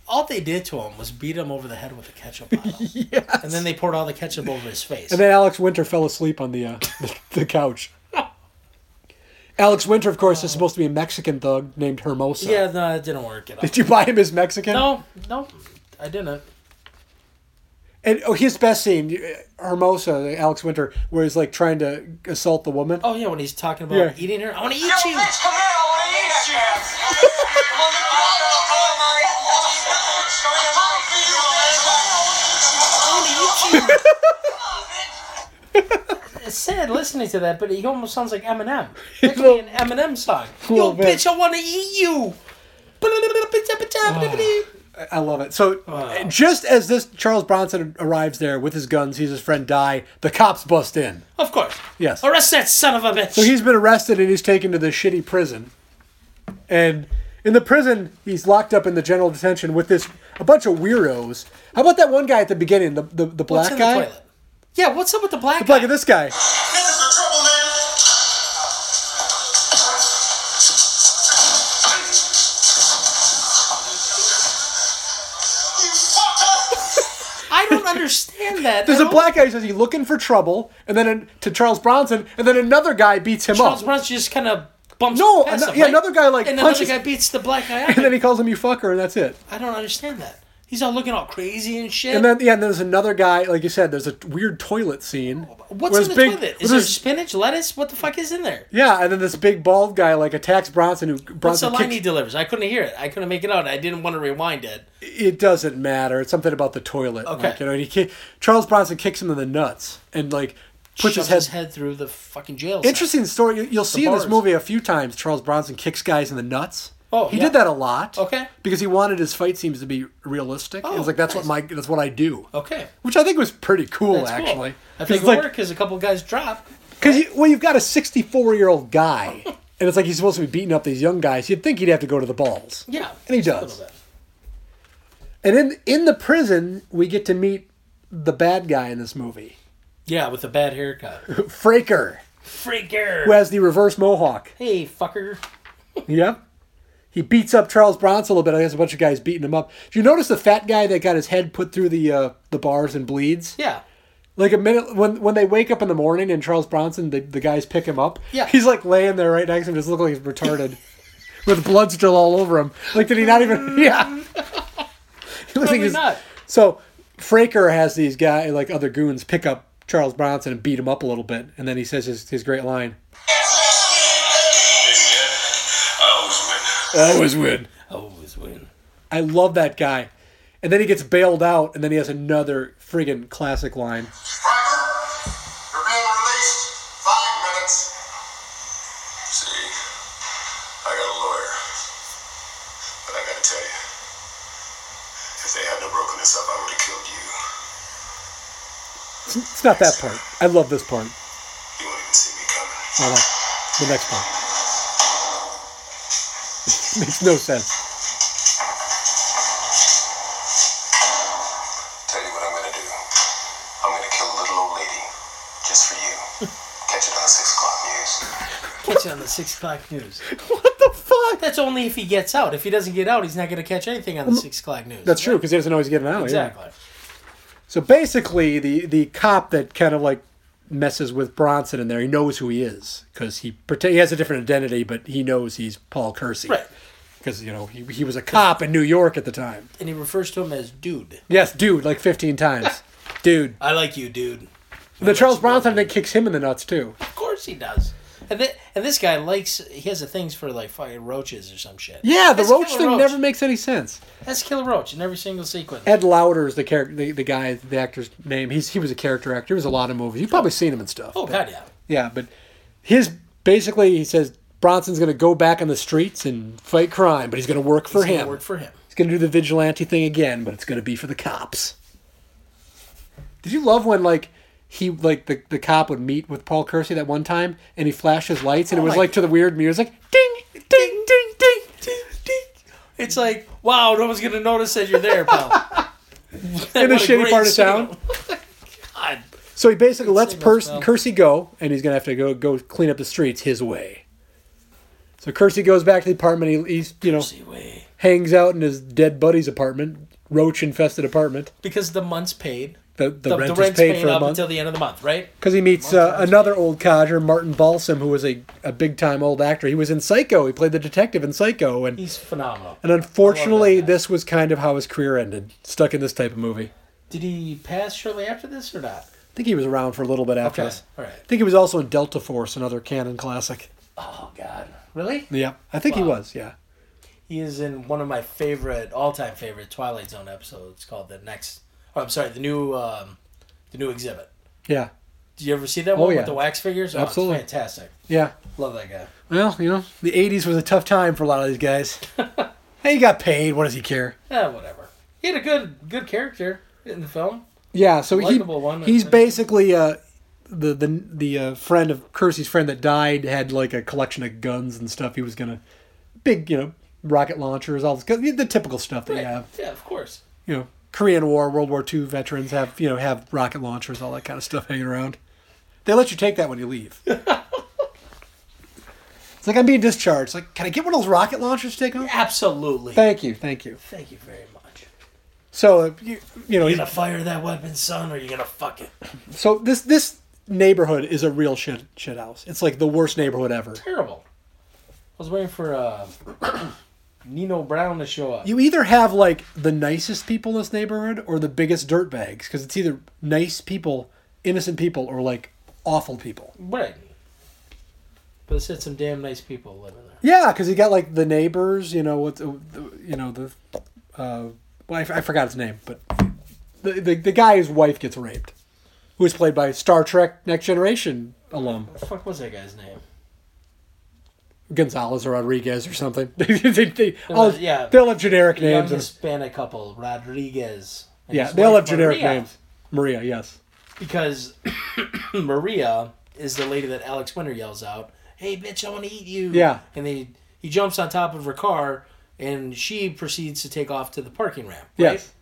All they did to him was beat him over the head with a ketchup bottle. Yes. And then they poured all the ketchup over his face. And then Alex Winter fell asleep on the uh, the, the couch. Alex Winter, of course, is supposed to be a Mexican thug named Hermosa. Oh. yeah, no, it didn't work at all. Did you buy him as Mexican? No, no, I didn't. And oh, his best scene, Hermosa, Alex Winter, where he's like trying to assault the woman. Oh yeah, when he's talking about Yeah. eating her, I want to eat Yo, you. bitch, come here, I wanna eat you. It's sad listening to that, but he almost sounds like Eminem. He's That could be an Eminem song. Yo, Little bit. bitch, I want to eat you. Ah. I love it. So, just as this Charles Bronson arrives there with his gun, sees his friend die, the cops bust in. Of course. Yes. Arrest that son of a bitch. So he's been arrested and he's taken to this shitty prison. And in the prison, he's locked up in the general detention with this a bunch of weirdos. How about that one guy at the beginning, the the, the What's black in the guy? toilet? Yeah, what's up with the black Look guy? at this guy. Niggas in trouble, man. You fucker! I don't understand that. There's at a all. black guy who says he's looking for trouble, and then an- to Charles Bronson, and then another guy beats him Charles up. Bronson just kind of bumps. No, past ano- him, yeah, right? another guy, like, and another punches- guy beats the black guy. Out. and then he calls him you fucker, and that's it. I don't understand that. He's all looking all crazy and shit. And then yeah, and there's another guy, like you said, there's a weird toilet scene. What's where in the this big- toilet? where Is there this- spinach, lettuce? What the fuck is in there? Yeah, and then this big bald guy like attacks Bronson. Who What's Bronson the line he kicks, delivers? I couldn't hear it. I couldn't make it out. I didn't want to rewind it. it doesn't matter. It's something about the toilet. Okay. like, you know, and he kick, Charles Bronson kicks him in the nuts and like puts Shoves his head. through the fucking jail. cell. Interesting story. You- You'll see in this bars. movie a few times. Charles Bronson kicks guys in the nuts. Oh, he yeah. did that a lot. Okay. because he wanted his fight scenes to be realistic. Oh, Oh, it was like that's nice. what my that's what I do. Okay. Which I think was pretty cool, That's cool. actually. I think It's it like- worked because a couple guys dropped. Because you, well, you've got a 64 year old guy, and it's like he's supposed to be beating up these young guys. You'd think he'd have to go to the balls. Yeah. And he just a does. little And bit. in in the prison, we get to meet the bad guy in this movie, Yeah, with a bad haircut. Fraker, Freaker. who has the reverse mohawk. hey, fucker. Yep. He beats up Charles Bronson a little bit. He has a bunch of guys beating him up. Do you notice the fat guy that got his head put through the uh, the bars and bleeds? Yeah. Like a minute when when they wake up in the morning and Charles Bronson, the, the guys pick him up. Yeah. He's like laying there right next to him, just looking like he's retarded. with blood still all over him. Like did he not even Yeah. he looks Probably like he's- not. So Fraker has these guy like other goons pick up Charles Bronson and beat him up a little bit, and then he says his, his great line. Hey, man. I always win. I always win. Always win. I love that guy. And then he gets bailed out, and then he has another friggin' classic line. Fracker, you're being released. Five minutes. See, I got a lawyer. But I gotta tell you, if they hadn't have broken this up, I would have killed you. It's not that part. I love this part. You won't even see me I coming. like the next part. Makes no sense. Tell you what I'm gonna do. I'm gonna kill a little old lady just for you. Catch it on the six o'clock news. Catch it on the six o'clock news. What the fuck? That's only if he gets out. If he doesn't get out, he's not going to catch anything on the six o'clock news. Um, That's true because he doesn't always get an out. yeah. Exactly. So basically, the the cop that kind of like messes with Bronson in there, he knows who he is because he pretend he has a different identity, but he knows he's Paul Kersey. Right. Because you know he he was a cop in New York at the time. And he refers to him as dude. Yes, dude, like fifteen times. Dude, I like you, dude. the Charles Bronson thing kicks him in the nuts too. Of course he does. And, thi- and this guy likes he has a things for like fucking roaches or some shit. Yeah, the That's roach Killer thing never makes any sense. That's Killer Roach in every single sequence. Ed Lauder is the character, the, the guy, the actor's name. He's he was a character actor. He was in a lot of movies. You've probably seen him and stuff. oh god, yeah. Yeah, but his basically he says Bronson's going to go back on the streets and fight crime, but he's going to work for It's gonna him. Work for him. he's going to do the vigilante thing again, but it's going to be for the cops. Did you love when like he like the, the cop would meet with Paul Kersey that one time and he flashed his lights and Oh it was my- like to the weird music, ding ding ding ding ding ding. It's like wow, no one's gonna notice that you're there, pal. In a What shitty great part of signal. town. God. So he basically lets save us Pers- well. Kersey go, and he's gonna have to go go clean up the streets his way. So Kersey goes back to the apartment. He, he's you know See, wait. hangs out in his dead buddy's apartment, roach infested apartment. Because the month's paid. The, the, The, the rent rent's, is paid, for a up month until the end of the month, right? because he meets uh, another old codger, Martin Balsam, who was a, a big time old actor. He was in Psycho. He played the detective in Psycho, and He's phenomenal. and unfortunately, guy. this was kind of how his career ended, stuck in this type of movie. Did he pass shortly after this or not? I think he was around for a little bit after Okay. this. All right. I think he was also in Delta Force, another canon classic. Oh God. Really? Yeah, I think he was. Yeah, He is in one of my favorite, all-time favorite Twilight Zone episodes called "The Next." Oh, I'm sorry, the new, um, the new exhibit. yeah, Did you ever see that Oh, one yeah. with the wax figures? Oh, it's Absolutely. fantastic. yeah. Love that guy. Well, you know, the '80s was a tough time for a lot of these guys. hey, he got paid. What does he care? Yeah, whatever. He had a good, good character in the film. Yeah, so he, Likeable one, I he's think. basically uh, the the the uh, friend of Kersey's friend that died had like a collection of guns and stuff. He was gonna big, you know, rocket launchers, all this the typical stuff that you have. Yeah, of course. You know, Korean War, World War II veterans have you know have rocket launchers, all that kind of stuff hanging around. They let you take that when you leave. it's like I'm being discharged. Like, can I get one of those rocket launchers to take home? Absolutely. Thank you, thank you. Thank you very much. So uh, you, you know, You he's gonna fire that weapon, son, or you gonna fuck it? So this this neighborhood is a real shit shit house. It's like the worst neighborhood ever. Terrible. I was waiting for uh, Nino Brown to show up. You either have like the nicest people in this neighborhood or the biggest dirtbags because it's either nice people, innocent people, or like awful people. Right. But it said some damn nice people living there. Yeah, because you got like the neighbors. You know what? The, the- you know the. Uh, well, I, f- I forgot his name, but the, the the guy whose wife gets raped, who is played by Star Trek Next Generation alum What the fuck was that guy's name? Gonzalez or Rodriguez or something. they, they, they, all, was- yeah. they'll have generic The young names. and- Hispanic couple, Rodriguez. and Yeah, his they all have wife, generic Maria. names. Maria, yes. Because Maria is the lady that Alex Winter yells out, "Hey, bitch, I want to eat you!" Yeah. and they he jumps on top of her car, and she proceeds to take off to the parking ramp. Right? Yes.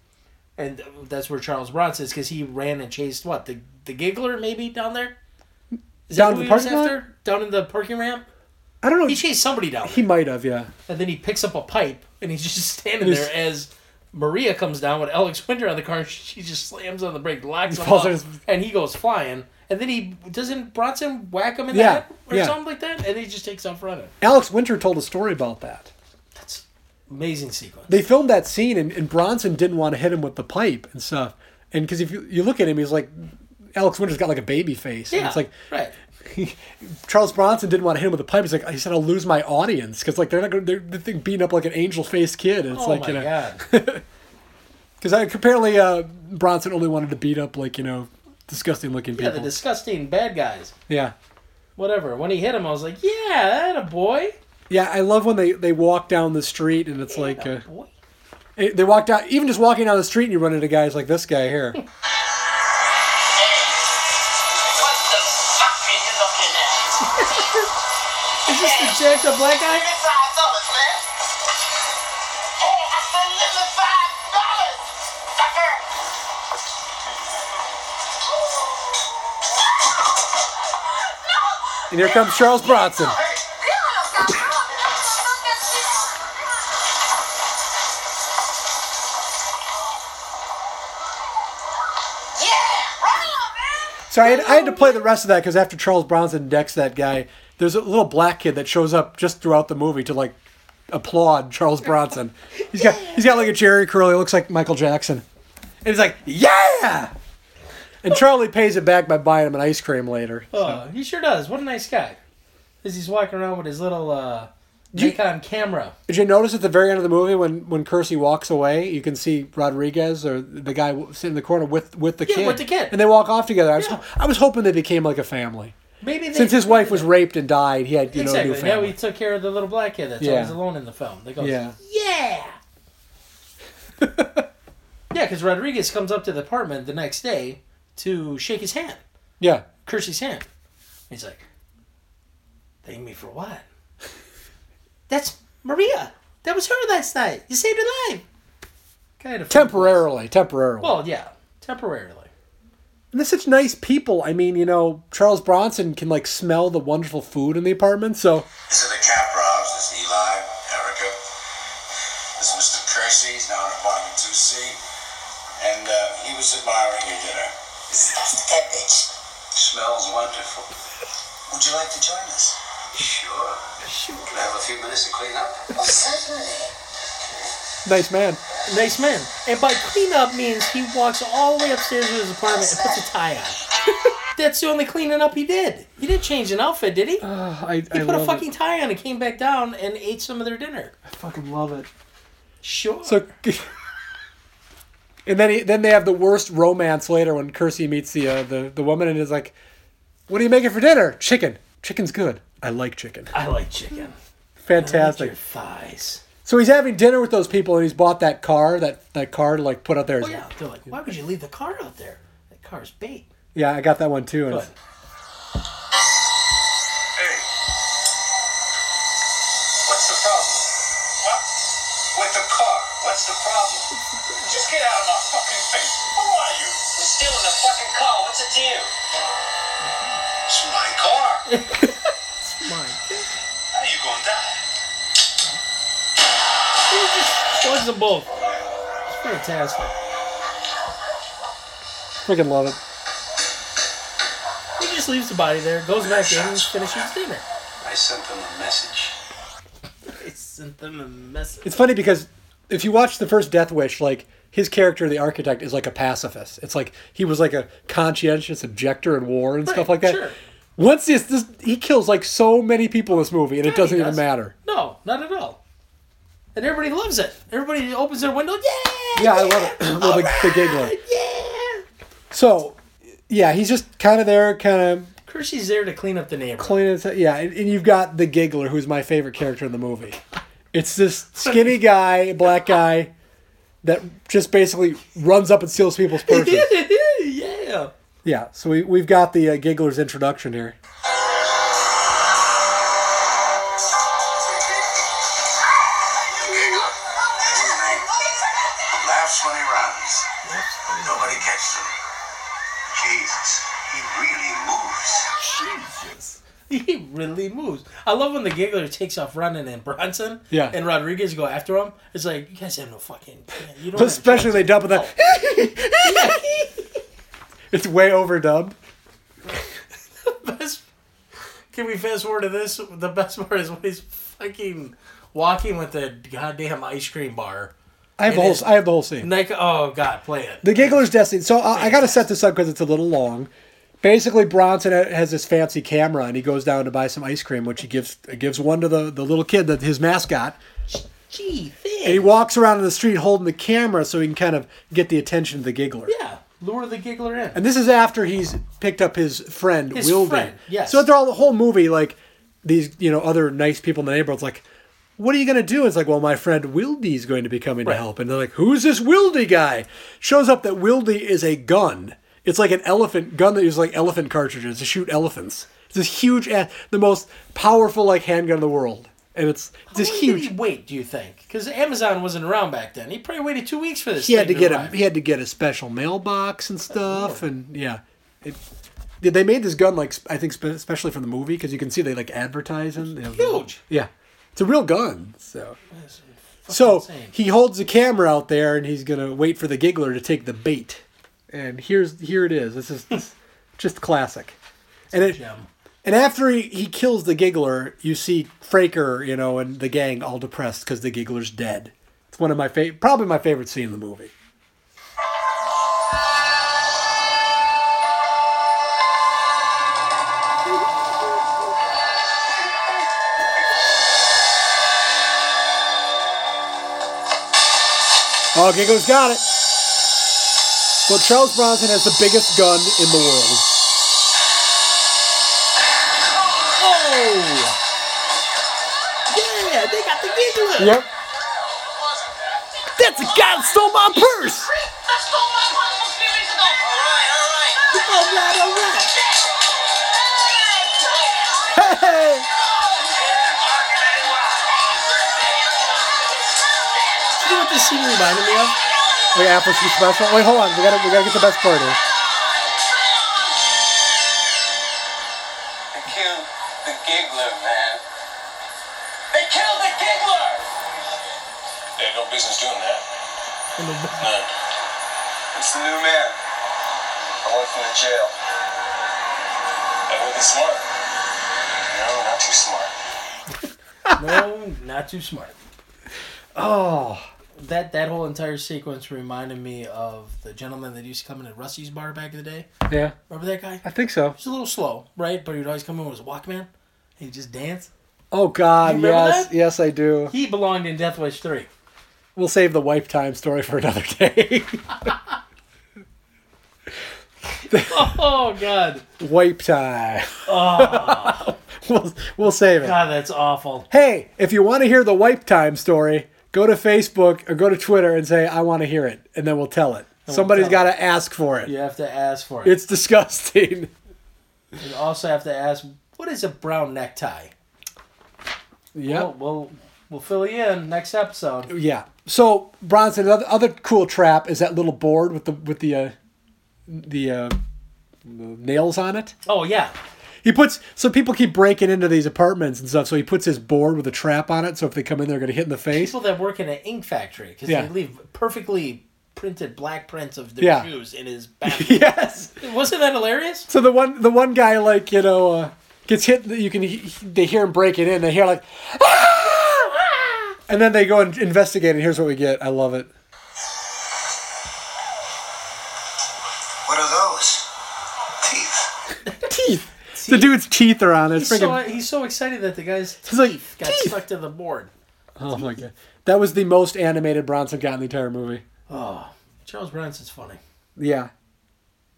and that's where Charles Bronson is because he ran and chased what the the giggler maybe down there. Is Down who in the he was parking lot? after? Down in the parking ramp. I don't know. He chased somebody down. He might have, yeah. And then he picks up a pipe and he's just standing He's- there as Maria comes down with Alex Winter on the car. She just slams on the brake, locks him falls up, on his- and he goes flying. And then he doesn't Bronson whack him in Yeah, the head or yeah. something like that, and he just takes off running. Alex Winter told a story about that. That's amazing sequence. They filmed that scene, and, and Bronson didn't want to hit him with the pipe and stuff. And because if you, you look at him, he's like, Alex Winter's got like a baby face. And yeah, it's like, right. Charles Bronson didn't want to hit him with the pipe. He's like, he said, I'll lose my audience because like they're not going to, they're, they're beating up like an angel faced kid. And it's oh like, my you know. god. Because apparently uh, Bronson only wanted to beat up like, you know, disgusting looking yeah, people. the disgusting bad guys. yeah. Whatever. When he hit him, I was like, yeah, that a boy. Yeah, I love when they, they walk down the street and it's like uh, Atta boy. it- they walk down even just walking down the street and you run into guys like this guy here. What the fuck are you looking at? Is this the jacked up black guy? Thirty-five dollars, man. Hey, I said thirty-five dollars, sucker. And here comes Charles Bronson. So I had, I had to play the rest of that because after Charles Bronson decks that guy, there's a little black kid that shows up just throughout the movie to like applaud Charles Bronson. He's got he's got like a Jerry curl. He looks like Michael Jackson, and he's like, yeah. And Charlie pays it back by buying him an ice cream later. Oh, he sure does. What a nice guy. As he's walking around with his little uh, Nikon camera. Did you notice at the very end of the movie when when Kersey walks away, you can see Rodriguez or the guy w- sitting in the corner with with the Yeah, kid, with the kid. and they walk off together. I was Yeah. I was hoping they became like a family. Maybe they, Since his wife was raped and died, he had you exactly. know a new now family. we took care of the little black kid that's Yeah. always alone in the film. They go, Yeah. yeah, yeah, because Rodriguez comes up to the apartment the next day to shake his hand, yeah, Kersey's hand. He's like, "Thank me for what?" That's Maria. That was her last night. You saved her life. Kind of temporarily, temporarily. Well, yeah, temporarily. And they're such nice people. I mean, you know, Charles Bronson can like smell the wonderful food in the apartment. So These are the Caprobs. This is Eli, Erica. This is Mr. Kersey. He's now in apartment 2C. And uh, he was admiring your dinner. That bitch. Smells wonderful. Would you like to join us? Sure. Sure. Can I have a few minutes to clean up? Oh, certainly. nice man. Nice man. And by cleanup means he walks all the way upstairs to his apartment and puts a tie on. That's the only cleaning up he did. He didn't change an outfit, did he? He Uh, I, I put a love fucking tie on and came back down and ate some of their dinner. it. fucking love it. Sure. So, and then he, then they have the worst romance later when Kersey meets the uh, the the woman and is like, "What are you making for dinner? Chicken. Chicken's good. I like chicken. I like chicken. I like Fantastic." your thighs. So he's having dinner with those people and he's bought that car that that car to like put out there. Oh yeah. They're like, why would you leave the car out there? That car's bait. Yeah, I got that one too. And But it's- Hey. What's the problem? What? With the car. What's the problem? Just get out of my fucking face. Who are you? We're still in the fucking car. What's it to you? It's my car. my God. How you gonna die? He just slugs them both. It's fantastic. freaking love it. He just leaves the body there, goes back in, and finishes dinner. I sent them a message. I sent them a message. It's funny because if you watch the first Death Wish, like his character, the architect, is like a pacifist. It's like he was like a conscientious objector in war and stuff Right, like that. sure. Once this, this, he kills like so many people in this movie, and it Yeah, doesn't he even does. matter. No, not at all. And everybody loves it. Everybody opens their window. Yeah. Yeah, I love it. I love the, the giggling. Yeah. So, yeah, he's just kind of there, kind of Kersey's there to clean up the neighborhood. cleaning. His, yeah, and, and you've got the giggler, who's my favorite character in the movie. It's this skinny guy, black guy, that just basically runs up and steals people's purses. yeah. Yeah, so we, we've got the uh, Giggler's introduction here. Laughs when he runs. Nobody catches him. Jesus, he really moves. Jesus. He really moves. I love when the giggler takes off running and Bronson Yeah. and Rodriguez go after him. It's like you guys have no fucking. You don't have a Especially they dump it that. chance. It's way overdubbed. best. Can we fast forward to this? The best part is when he's fucking walking with the goddamn ice cream bar. I have It the whole is. I have the whole scene. Like, oh god, play it. The Giggler's Destiny. So uh, I, I got to set this up because it's a little long. Basically, Bronson has this fancy camera, and he goes down to buy some ice cream, which he gives gives one to the, the little kid that his mascot. Gee, And he thanks. walks around in the street holding the camera so he can kind of get the attention of the Giggler. Yeah, lure the giggler in. And this is after he's picked up his friend His Wilby. friend, yes. So throughout the whole movie, like these, you know, other nice people in the neighborhood's like, "What are you gonna do?" It's like, "Well, my friend Wildy's going to be coming to Right. help," and they're like, "Who's this Wildy guy?" Shows up that Wildy is a gun. It's like an elephant gun that uses like elephant cartridges to shoot elephants. It's this huge, a- the most powerful like handgun in the world, and it's this How long huge. Did he wait? Do you think? Because Amazon wasn't around back then. He probably waited two weeks for this. he had to thing get a arrive. he had to get a special mailbox and stuff, and yeah, It, they- they made this gun like sp- I think spe- especially for the movie because you can see they like advertise them. They have- Huge. Yeah, it's a real gun. So. So insane. he holds the camera out there and he's gonna wait for the giggler to take the bait. And here's here it is. This is this, just classic. And it, Gem. and after he, he kills the giggler, you see Fraker, you know, and the gang all depressed because the giggler's dead. It's one of my favorite, probably my favorite scene in the movie. Oh, Giggler's got it. But Charles Bronson has the biggest gun in the world. Oh! Yeah, they got the giggler. Yep. That's a guy that stole my purse. All right, all right. Hey. You know what this scene reminded me of? Wait, Apple Tree Special. Wait, hold on. We gotta, we gotta get the best part here. They killed the giggler, man. They killed the giggler! They had no business doing that. None. It's the new man. I went from the jail. That would be smart. No, not too smart. no, not too smart. Oh. That that whole entire sequence reminded me of the gentleman that used to come in at Rusty's bar back in the day. Yeah, Remember that guy? I think so. He's a little slow, right? But he'd always come in with his Walkman and he'd just dance. Oh God, You remember yes, that? yes, I do. He belonged in Death Wish 3. We'll save the wipe time story for another day. Oh, God. wipe time. Oh. we'll, we'll save it. God, that's awful. Hey, if you want to hear the wipe time story, go to Facebook or go to Twitter and say I want to hear it, and then we'll tell it. Somebody's tell got to ask for it. You have to ask for it. It's disgusting. You also have to ask, what is a brown necktie? Yep. We'll, we'll, we'll fill you in next episode. Yeah. So Bronson, another other cool trap is that little board with the with the uh, the uh, nails on it. Oh, yeah. He puts so people keep breaking into these apartments and stuff. So he puts his board with a trap on it. So if they come in, they're gonna hit in the face. People that work in an ink factory because Yeah. they leave perfectly printed black prints of their Yeah. shoes in his bathroom. yes. Wasn't that hilarious? So the one the one guy like you know uh, gets hit. You can he- they hear him breaking in. They hear like, "Ah!" and then they go and investigate. And here's what we get. I love it. What are those? Teeth. Teeth. The dude's teeth are on it. It's He's so, freaking- he's so excited that the guy's teeth He's like, got "Teeth!" stuck to the board. Oh my god. That was the most animated Bronson got in the entire movie. Oh, Charles Bronson's funny. Yeah.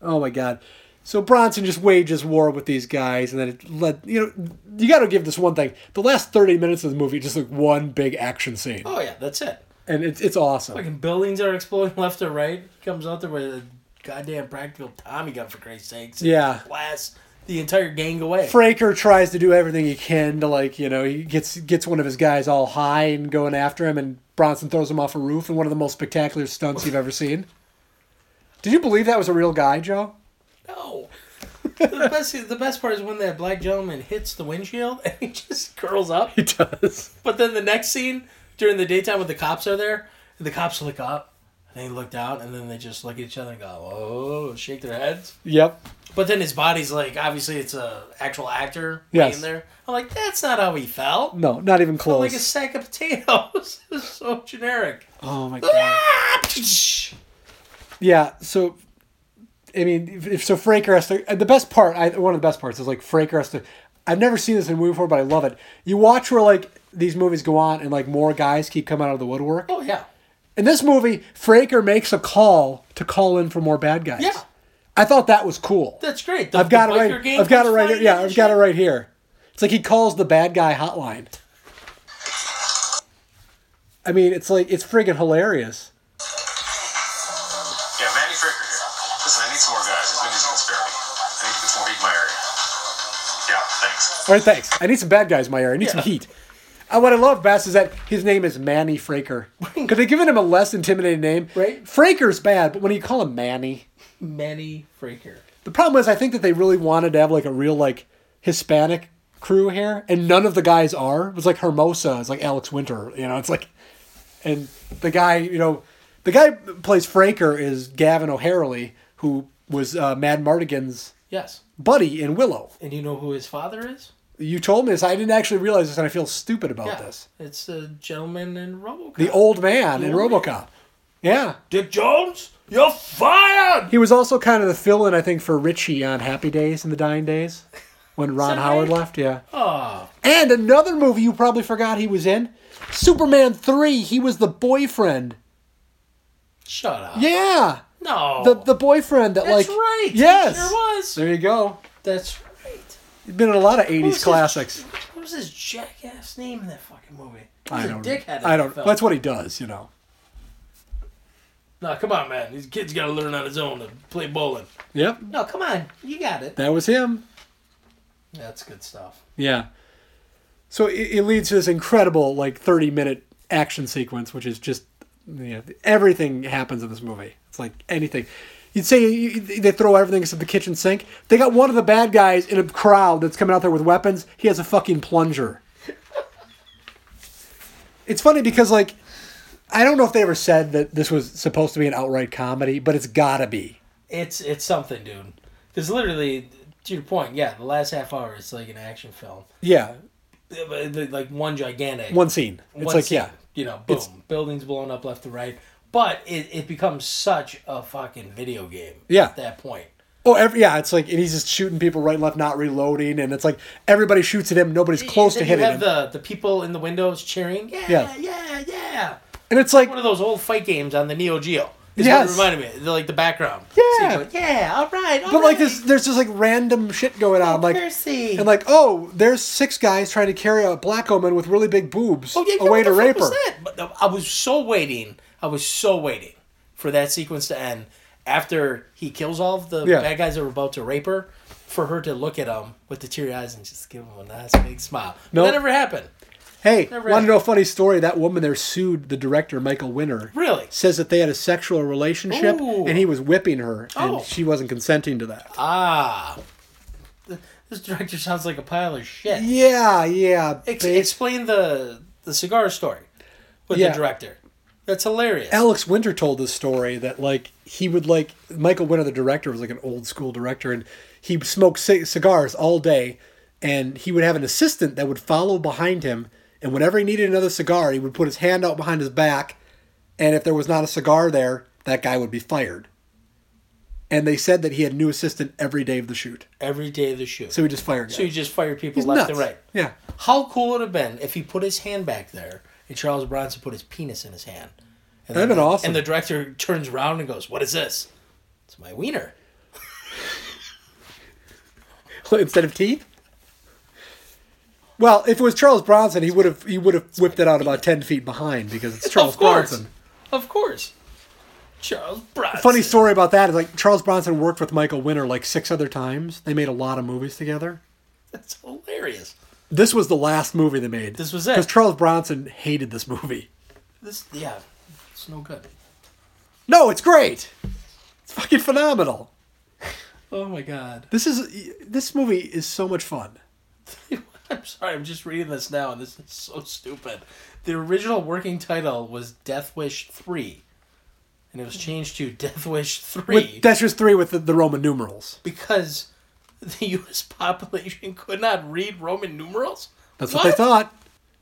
Oh my god. So Bronson just wages war with these guys, and then it led. You know, you got to give this one thing: the last thirty minutes of the movie just like one big action scene, Oh yeah, that's it. and it's it's awesome. Fucking buildings are exploding left or right. Comes out there with a goddamn practical Tommy gun for Christ's sakes. Yeah. Blasts the entire gang away. Fraker tries to do everything he can to like you know he gets gets one of his guys all high and going after him, and Bronson throws him off a roof in one of the most spectacular stunts you've ever seen. Did you believe that was a real guy, Joe? no. the best the best part is when that black gentleman hits the windshield and he just curls up. He does. But then the next scene during the daytime when the cops are there, and the cops look up and they looked out and then they just look at each other and go, "Oh," shake their heads. Yep. But then his body's like obviously it's a actual actor Yes. laying there. I'm like, that's not how he felt. No, not even Felt close. Like a sack of potatoes. It was so generic. Oh my god. Yeah, so I mean, if, if- so Fraker has to. The best part, I, one of the best parts, is like Fraker has to. I've never seen this in a movie before, but I love it. You watch where like these movies go on, and like more guys keep coming out of the woodwork. Oh yeah. In this movie, Fraker makes a call to call in for more bad guys. Yeah. I thought that was cool. That's great. The- I've got the it biker right. gang I've got it comes right. here. fighting Yeah, and I've got it shit. right here. It's like he calls the bad guy hotline. I mean, it's like it's friggin' hilarious. Yeah, Manny Fricker here. Listen, I need some more guys. As many as you can spare me. I need to get some more heat in my area. Yeah, thanks. All right, thanks. I need some bad guys in my area. I need some Yeah. heat. And what I love best is that his name is Manny Fraker. Could they given him a less intimidating name? Right. Fraker's bad, but when you call him Manny, Many freaker. The problem is, I think that they really wanted to have like a real like Hispanic crew here, and none of the guys are. It was like Hermosa, it's like Alex Winter, you know. It's like, and the guy, you know, the guy who plays Franker is Gavin O'Harely, who was uh, Mad Mardigan's Yes. buddy in Willow. And you know who his father is? You told me this. I didn't actually realize this, and I feel stupid about this. It's a gentleman in RoboCop. The old man in RoboCop. Yeah, Dick Jones, you're fired. he was also kind of the fill-in, I think, for Richie on Happy Days and the Dying Days, when Ron that Howard right? left. Yeah. Oh, And another movie you probably forgot he was in, Superman three. He was the boyfriend. shut up. Yeah, No. the the boyfriend that like. That's right. he Yes. Sure was. There you go. That's right. He's been in a lot of What was '80s his- classics. what was his jackass name in that fucking movie? He was I a don't. Dickhead in I that don't. film. That's what he does. You know. No, come on, man. These kids got to learn on his own to play bowling. Yep. No, come on. You got it. That was him. That's good stuff. Yeah. So it, it leads to this incredible like 30 minute action sequence, which is just yeah, everything happens in this movie. It's like anything. You'd say you, you- they throw everything except the kitchen sink. They got one of the bad guys in a crowd that's coming out there with weapons. He has a fucking plunger. it's funny because like I don't know if they ever said that this was supposed to be an outright comedy, but it's gotta be. It's it's something, dude. Because literally, to your point, yeah, the last half hour it's like an action film, Yeah, Yeah, but the- like one gigantic one scene. It's one like scene, yeah, you know, boom, It's- buildings blown up left to right. But it, it becomes such a fucking video game. Yeah. at that point. Oh, every, yeah, it's like and he's just shooting people right and left, not reloading, and it's like everybody shoots at him, nobody's close to Then you hitting have him, the the people in the windows cheering, yeah, Yeah. yeah, yeah, yeah. and it's like One of those old fight games on the Neo Geo. Is Yes. what it reminded me. of, like the background. Yeah. So you go, yeah. All right. all but like right, this, there's just like random shit going on, like Oh, Percy. and like oh, there's six guys trying to carry a black woman with really big boobs Oh, yeah, yeah, away what to the rape fuck her. was that? But uh, I was so waiting. I was so waiting for that sequence to end after he kills all of the Yeah. bad guys that were about to rape her, for her to look at him with the teary eyes and just give him a nice big smile. No, Nope. that never happened. Hey, Never want to happened. know a funny story? That woman there sued the director Michael Winner. Really? Says that they had a sexual relationship Ooh. and he was whipping her, and Oh. she wasn't consenting to that. Ah, Th- this director sounds like a pile of shit. yeah, yeah. Ex- babe. explain the the cigar story with Yeah. the director. That's hilarious. Alex Winter told this story that like he would like Michael Winter, the director, was like an old school director, and he smoked c- cigars all day, and he would have an assistant that would follow behind him, and whenever he needed another cigar, he would put his hand out behind his back, and if there was not a cigar there, that guy would be fired. And they said that he had a new assistant every day of the shoot, Every day of the shoot. so he just fired. so him. you just fired people He's left nuts. and right. Yeah, How cool would it have been if he put his hand back there and Charles Bronson put his penis in his hand? And That'd then- been awesome. And the director turns around and goes, What is this? It's my wiener. instead of teeth. Well, if it was Charles Bronson, he would have he would have whipped it out about ten feet behind because it's Charles of course. Bronson. Of course. Charles Bronson. Funny story about that is like Charles Bronson worked with Michael Winter like six other times. They made a lot of movies together. That's hilarious. This was the last movie they made. This was it. Because Charles Bronson hated this movie. This, yeah, it's no good. No, it's great. It's fucking phenomenal. Oh my God. This is this movie is so much fun. I'm sorry, I'm just reading this now and this is so stupid. The original working title was Death Wish 3, and it was changed to Death Wish 3. With, that's just three with the, the Roman numerals. because the U.S. population could not read Roman numerals. That's what, they thought.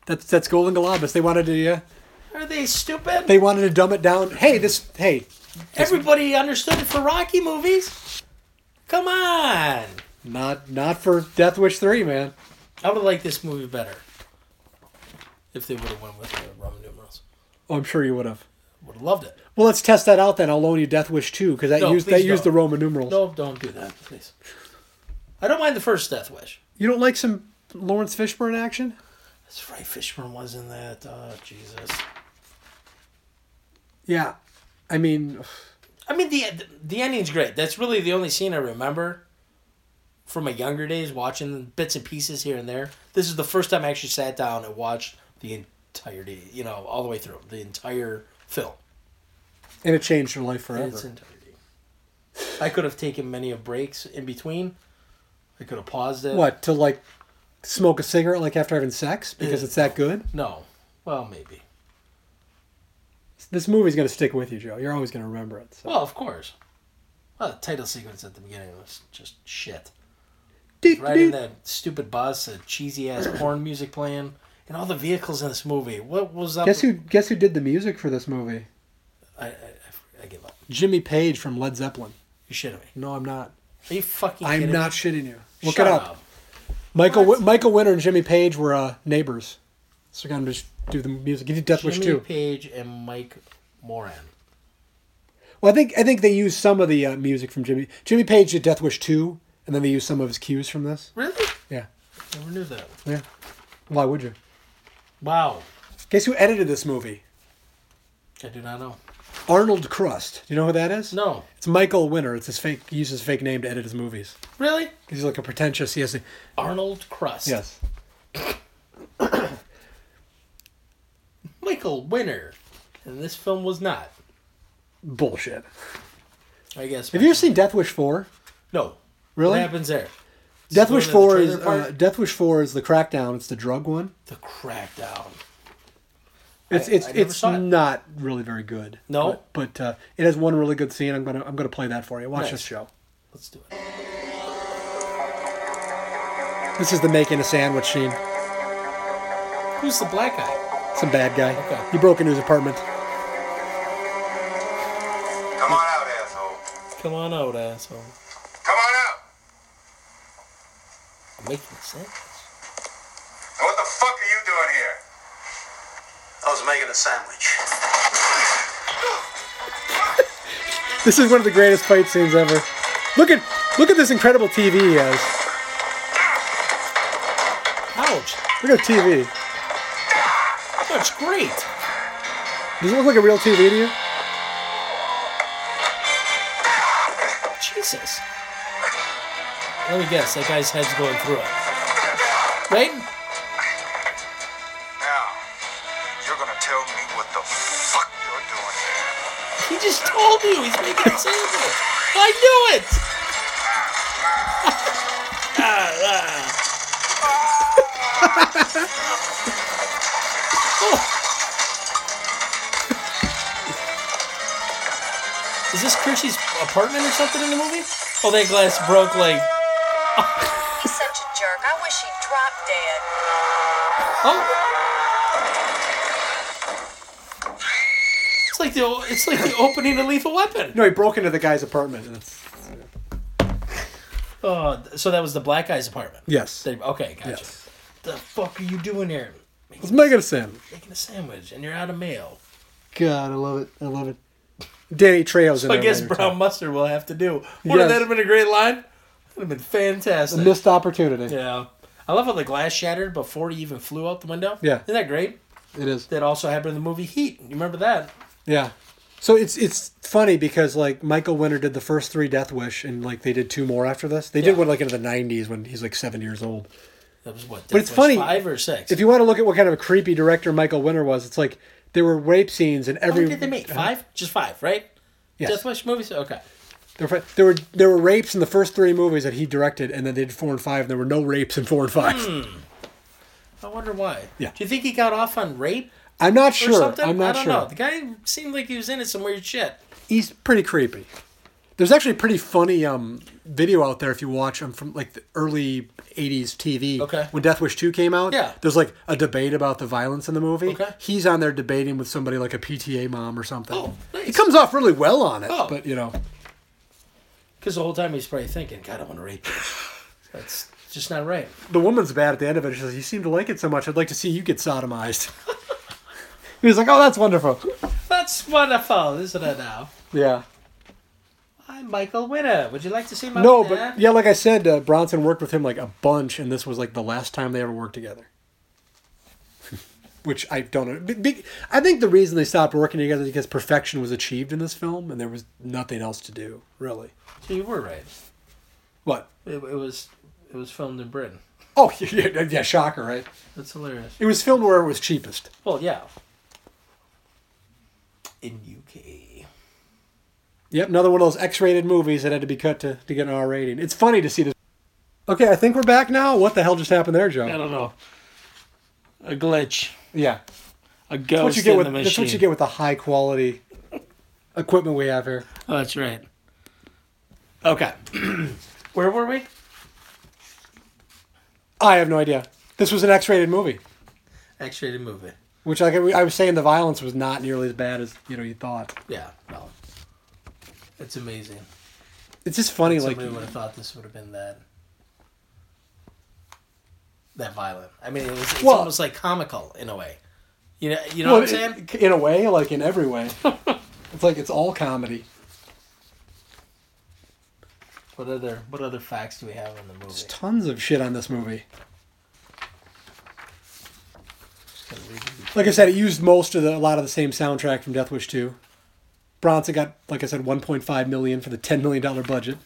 That's that's Golden Globus. They wanted to uh, Are they stupid? they wanted to dumb it down. Hey, this hey, Everybody understood it for Rocky movies. Come on! not not for Death Wish three, man. I would have liked this movie better if they would have went with the Roman numerals. Oh, I'm sure you would have. Would have loved it. Well, let's test that out then. I'll loan you Death Wish 2 because that No, used that please used the don't. Roman numerals. No, don't do that, please. I don't mind the first Death Wish. You don't like some Lawrence Fishburne action? That's right, Fishburne was in that. Oh, Jesus. Yeah. I mean, I mean, the the ending's great. That's really the only scene I remember from my younger days, watching bits and pieces here and there. This is the first time I actually sat down and watched the entirety, you know, all the way through the entire film. and it changed your life Its forever. entirety. I could have taken many of breaks in between. I could have paused it. What to like smoke a cigarette like after having sex because it's that good? No. Well, maybe. This movie's gonna stick with you, Joe. You're always gonna remember it. So. Well, of course. Well, the title sequence at the beginning was just shit. Deek, Right in deek. that stupid bus, a cheesy ass porn music playing, and all the vehicles in this movie. What was up? Guess who? Guess who did the music for this movie? I, I, I- I give up. Jimmy Page from Led Zeppelin. You're shitting me. No, I'm not. Are you fucking I'm kidding not me? shitting you. Look Shut it up. Michael Wi- Michael Winter and Jimmy Page were uh, neighbors, so we're gonna just do the music. He did Death Wish Jimmy too. Page and Mike Moran. Well, I think I think they used some of the uh, music from Jimmy Jimmy Page did Death Wish two, and then they used some of his cues from this. Really? Yeah, Never knew that. yeah. Why would you? Wow. Guess who edited this movie? I do not know. Arnold Crust. Do you know who that is? No. It's Michael Winter. It's his fake. He uses his fake name to edit his movies. Really? He's like a pretentious. He has a Arnold Crust. yes. Michael Winner. And this film was not. Bullshit. I guess. Have you ever seen Death Wish four? No. Really? What happens there? Death Go Wish to the four trailer is uh, park? Death Wish four is the crackdown. It's the drug one. The crackdown. It's it's I never it's saw it. not really very good. No? but, but, uh, it has one really good scene. I'm gonna I'm gonna play that for you. Watch Nice. this show. Let's do it. This is the making a sandwich scene. Who's the black guy? Some bad guy. Okay. He broke into his apartment. Come on out, asshole. Come on out, asshole. Come on out. I'm making sense. Now, What the fuck are you doing here? I was making a sandwich. This is one of the greatest fight scenes ever. Look at look at this incredible TV he has. Ouch. Look at TV. That's great. Does it look like a real TV to you? Jesus. Let me guess. That guy's head's going through it. Right? Now, you're gonna tell me what the fuck you're doing here. He just told you he's making a sandwich. I knew it. Is this Chrissy's apartment or something in the movie? Oh, that glass broke like. He's such a jerk. I wish he'd drop dead. Oh. It's like the it's like the opening of Lethal Weapon. No, he broke into the guy's apartment. That's, Oh, so that was the black guy's apartment. yes. They- Okay, gotcha. Yes. The fuck are you doing here? Let's make it a sandwich. Making a sandwich and you're out of mail. God, I love it. I love it. Danny Trejo's in I there guess later, too. brown mustard will have to do. Wouldn't Yes. that have been a great line? That would have been fantastic. Missed opportunity. yeah. I love how the glass shattered before he even flew out the window. Yeah. Isn't that great? It is. That also happened in the movie Heat. You remember that? Yeah. So it's it's funny because like Michael Winter did the first three Death Wish and like they did two more after this. They did Yeah. one like into the '90s when he's like seven years old. That was what? But it's Death Wish funny, Five or six. If you want to look at what kind of a creepy director Michael Winter was, it's like there were rape scenes in How many every. Oh, did they make? Five? Just five, right? Yes. Death Wish movies? Okay. There were, there were there were rapes in the first three movies that he directed, and then they did four and five, and there were no rapes in four and five. Hmm. I wonder why. Yeah. Do you think he got off on rape I'm not or sure. something? I'm not I don't sure. know. The guy seemed like he was into some weird shit. he's pretty creepy. There's actually a pretty funny um, video out there if you watch them from like the early '80s TV. Okay. When Death Wish Two came out, Yeah. There's like a debate about the violence in the movie. Okay. He's on there debating with somebody like a PTA mom or something. Oh, nice. He comes off really well on it, Oh. but you know, Because the whole time he's probably thinking, God, I want to rape you. That's just not right. the woman's bad at the end of it. She says, "You seem to like it so much. I'd like to see you get sodomized." he was like, "Oh, that's wonderful." That's wonderful, isn't it now? Yeah. I'm Michael Winner. Would you like to see my No, winner? but yeah, like I said, uh, Bronson worked with him like a bunch, and this was like the last time they ever worked together. Which I don't know. Be- be- I think the reason they stopped working together is because perfection was achieved in this film, and there was nothing else to do really. So you were right. What? It, it was it was filmed in Britain. Oh yeah, yeah, shocker, right? That's hilarious. It was filmed where it was cheapest. Well, yeah. In UK. Yep, another one of those X-rated movies that had to be cut to, to get an R rating. It's funny to see this. Okay, I think we're back now. What the hell just happened there, I Joe? don't know. A glitch. Yeah, A that's ghost what you get in with the machine. that's what you get with the high quality equipment we have here. Oh, that's right. Okay. Where were we? I have no idea. This was an X-rated movie, X-rated movie. which like I was saying, the violence was not nearly as bad as you know you thought. Yeah. Well, it's amazing. It's just funny, like Somebody would have thought this would have been that that violent. I mean, it was, it's Well- almost like comical in a way. You know, you know well, what I'm saying? it- in a way, like in every way. it's like it's all comedy. What other what other facts do we have on the movie? There's tons of shit on this movie. Like I said, it used most of the a lot of the same soundtrack from Death Wish 2. Bronson got, like I said, 1.5 million for the 10 million dollar budget.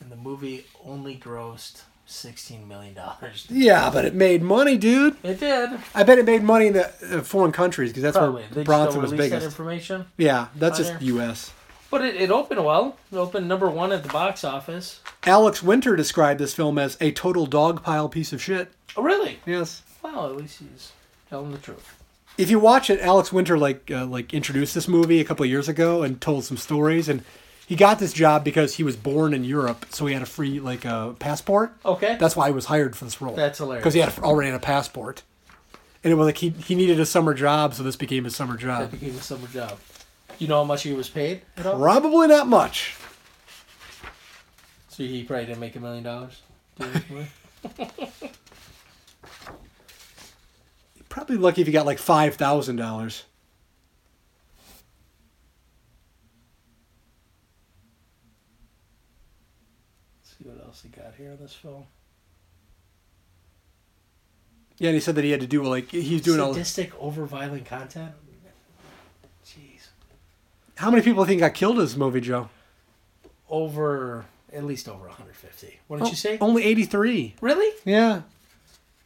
And the movie only grossed sixteen million dollars. Yeah, but it made money, dude. It did. I bet it made money in the uh, foreign countries because that's Probably. where They Bronson Bronson was That biggest. information. yeah, that's on just here. U.S. But it, it opened well. It opened number one at the box office. Alex Winter described this film as a total dog pile piece of shit. Oh, really? Yes. Wow, at least he's telling the truth. if you watch it, Alex Winter like uh, like introduced this movie a couple of years ago and told some stories, and he got this job because he was born in Europe, so he had a free like uh, passport. Okay. That's why he was hired for this role. That's hilarious. Because he had already had a passport, and it was like he he needed a summer job, so this became his summer that job. became a summer job. You know how much he was paid at all? Probably not much. So he probably didn't make a million dollars. doing this movie? Probably lucky if he got like five thousand dollars. Let's see what else he got here on this film. Yeah, and he said that he had to do like he's doing all. Sadistic, over violent content. Jeez. How many people do you think got killed in this movie, Joe? Over at least over 150. What did you say? Oh, Only eighty three. Really? Yeah.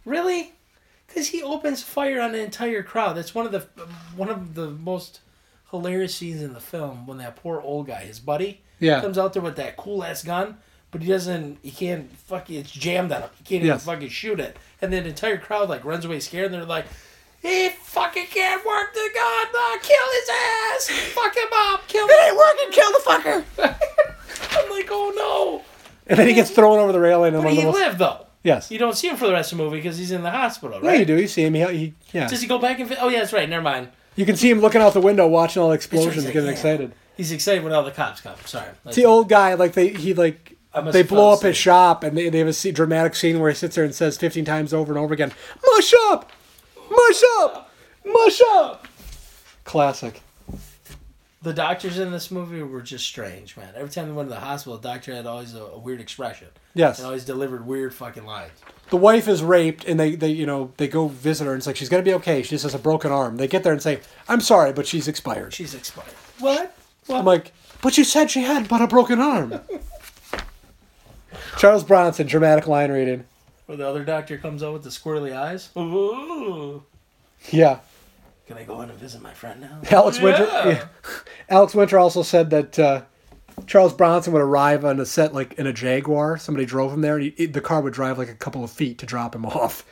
Really? Because he opens fire on an entire crowd. That's one of the one of the most hilarious scenes in the film when that poor old guy, his buddy, Yeah. comes out there with that cool ass gun, but he doesn't. He can't fucking. It's jammed on him. He can't Yes. even fucking shoot it. And then the entire crowd like runs away scared. and They're like. He fucking can't work the gun! No, kill his ass! Fuck him up! Kill him! It ain't working! Kill the fucker! I'm like, oh And then he gets thrown over the railing. And no! But one of he the most, lived though. Yes. You don't see him for the rest of the movie because he's in the hospital, Yeah, right? you do. You see him. He, he, yeah. Does he go back and? vi- Oh yeah, that's right. Never mind. you can see him looking out the window, watching all the explosions, He's like, getting "Yeah." excited. He's excited when all the cops come. Sorry. Like, It's the old guy. Like they, he like I must they have blow fell up his asleep. shop, and they, they have a se- dramatic scene where he sits there and says fifteen times over and over again, "Mush up, mush up, mush up." Classic. the doctors in this movie were just strange, man. Every time they went to the hospital, the doctor had always a, a weird expression. Yes. And always delivered weird fucking lines. The wife is raped, and they, they you know they go visit her, and it's like she's gonna be okay. She just has a broken arm. They get there and say, "I'm sorry, but she's expired." She's expired. What? I'm like, but you said she had but a broken arm. Charles Bronson, dramatic line reading. Where the other doctor comes out with the squirrely eyes. Ooh. Yeah. Can I go in and visit my friend now? Alex Winter. Yeah. yeah. Alex Winter also said that uh, Charles Bronson would arrive on the set like in a Jaguar. Somebody drove him there, and he, the car would drive like a couple of feet to drop him off.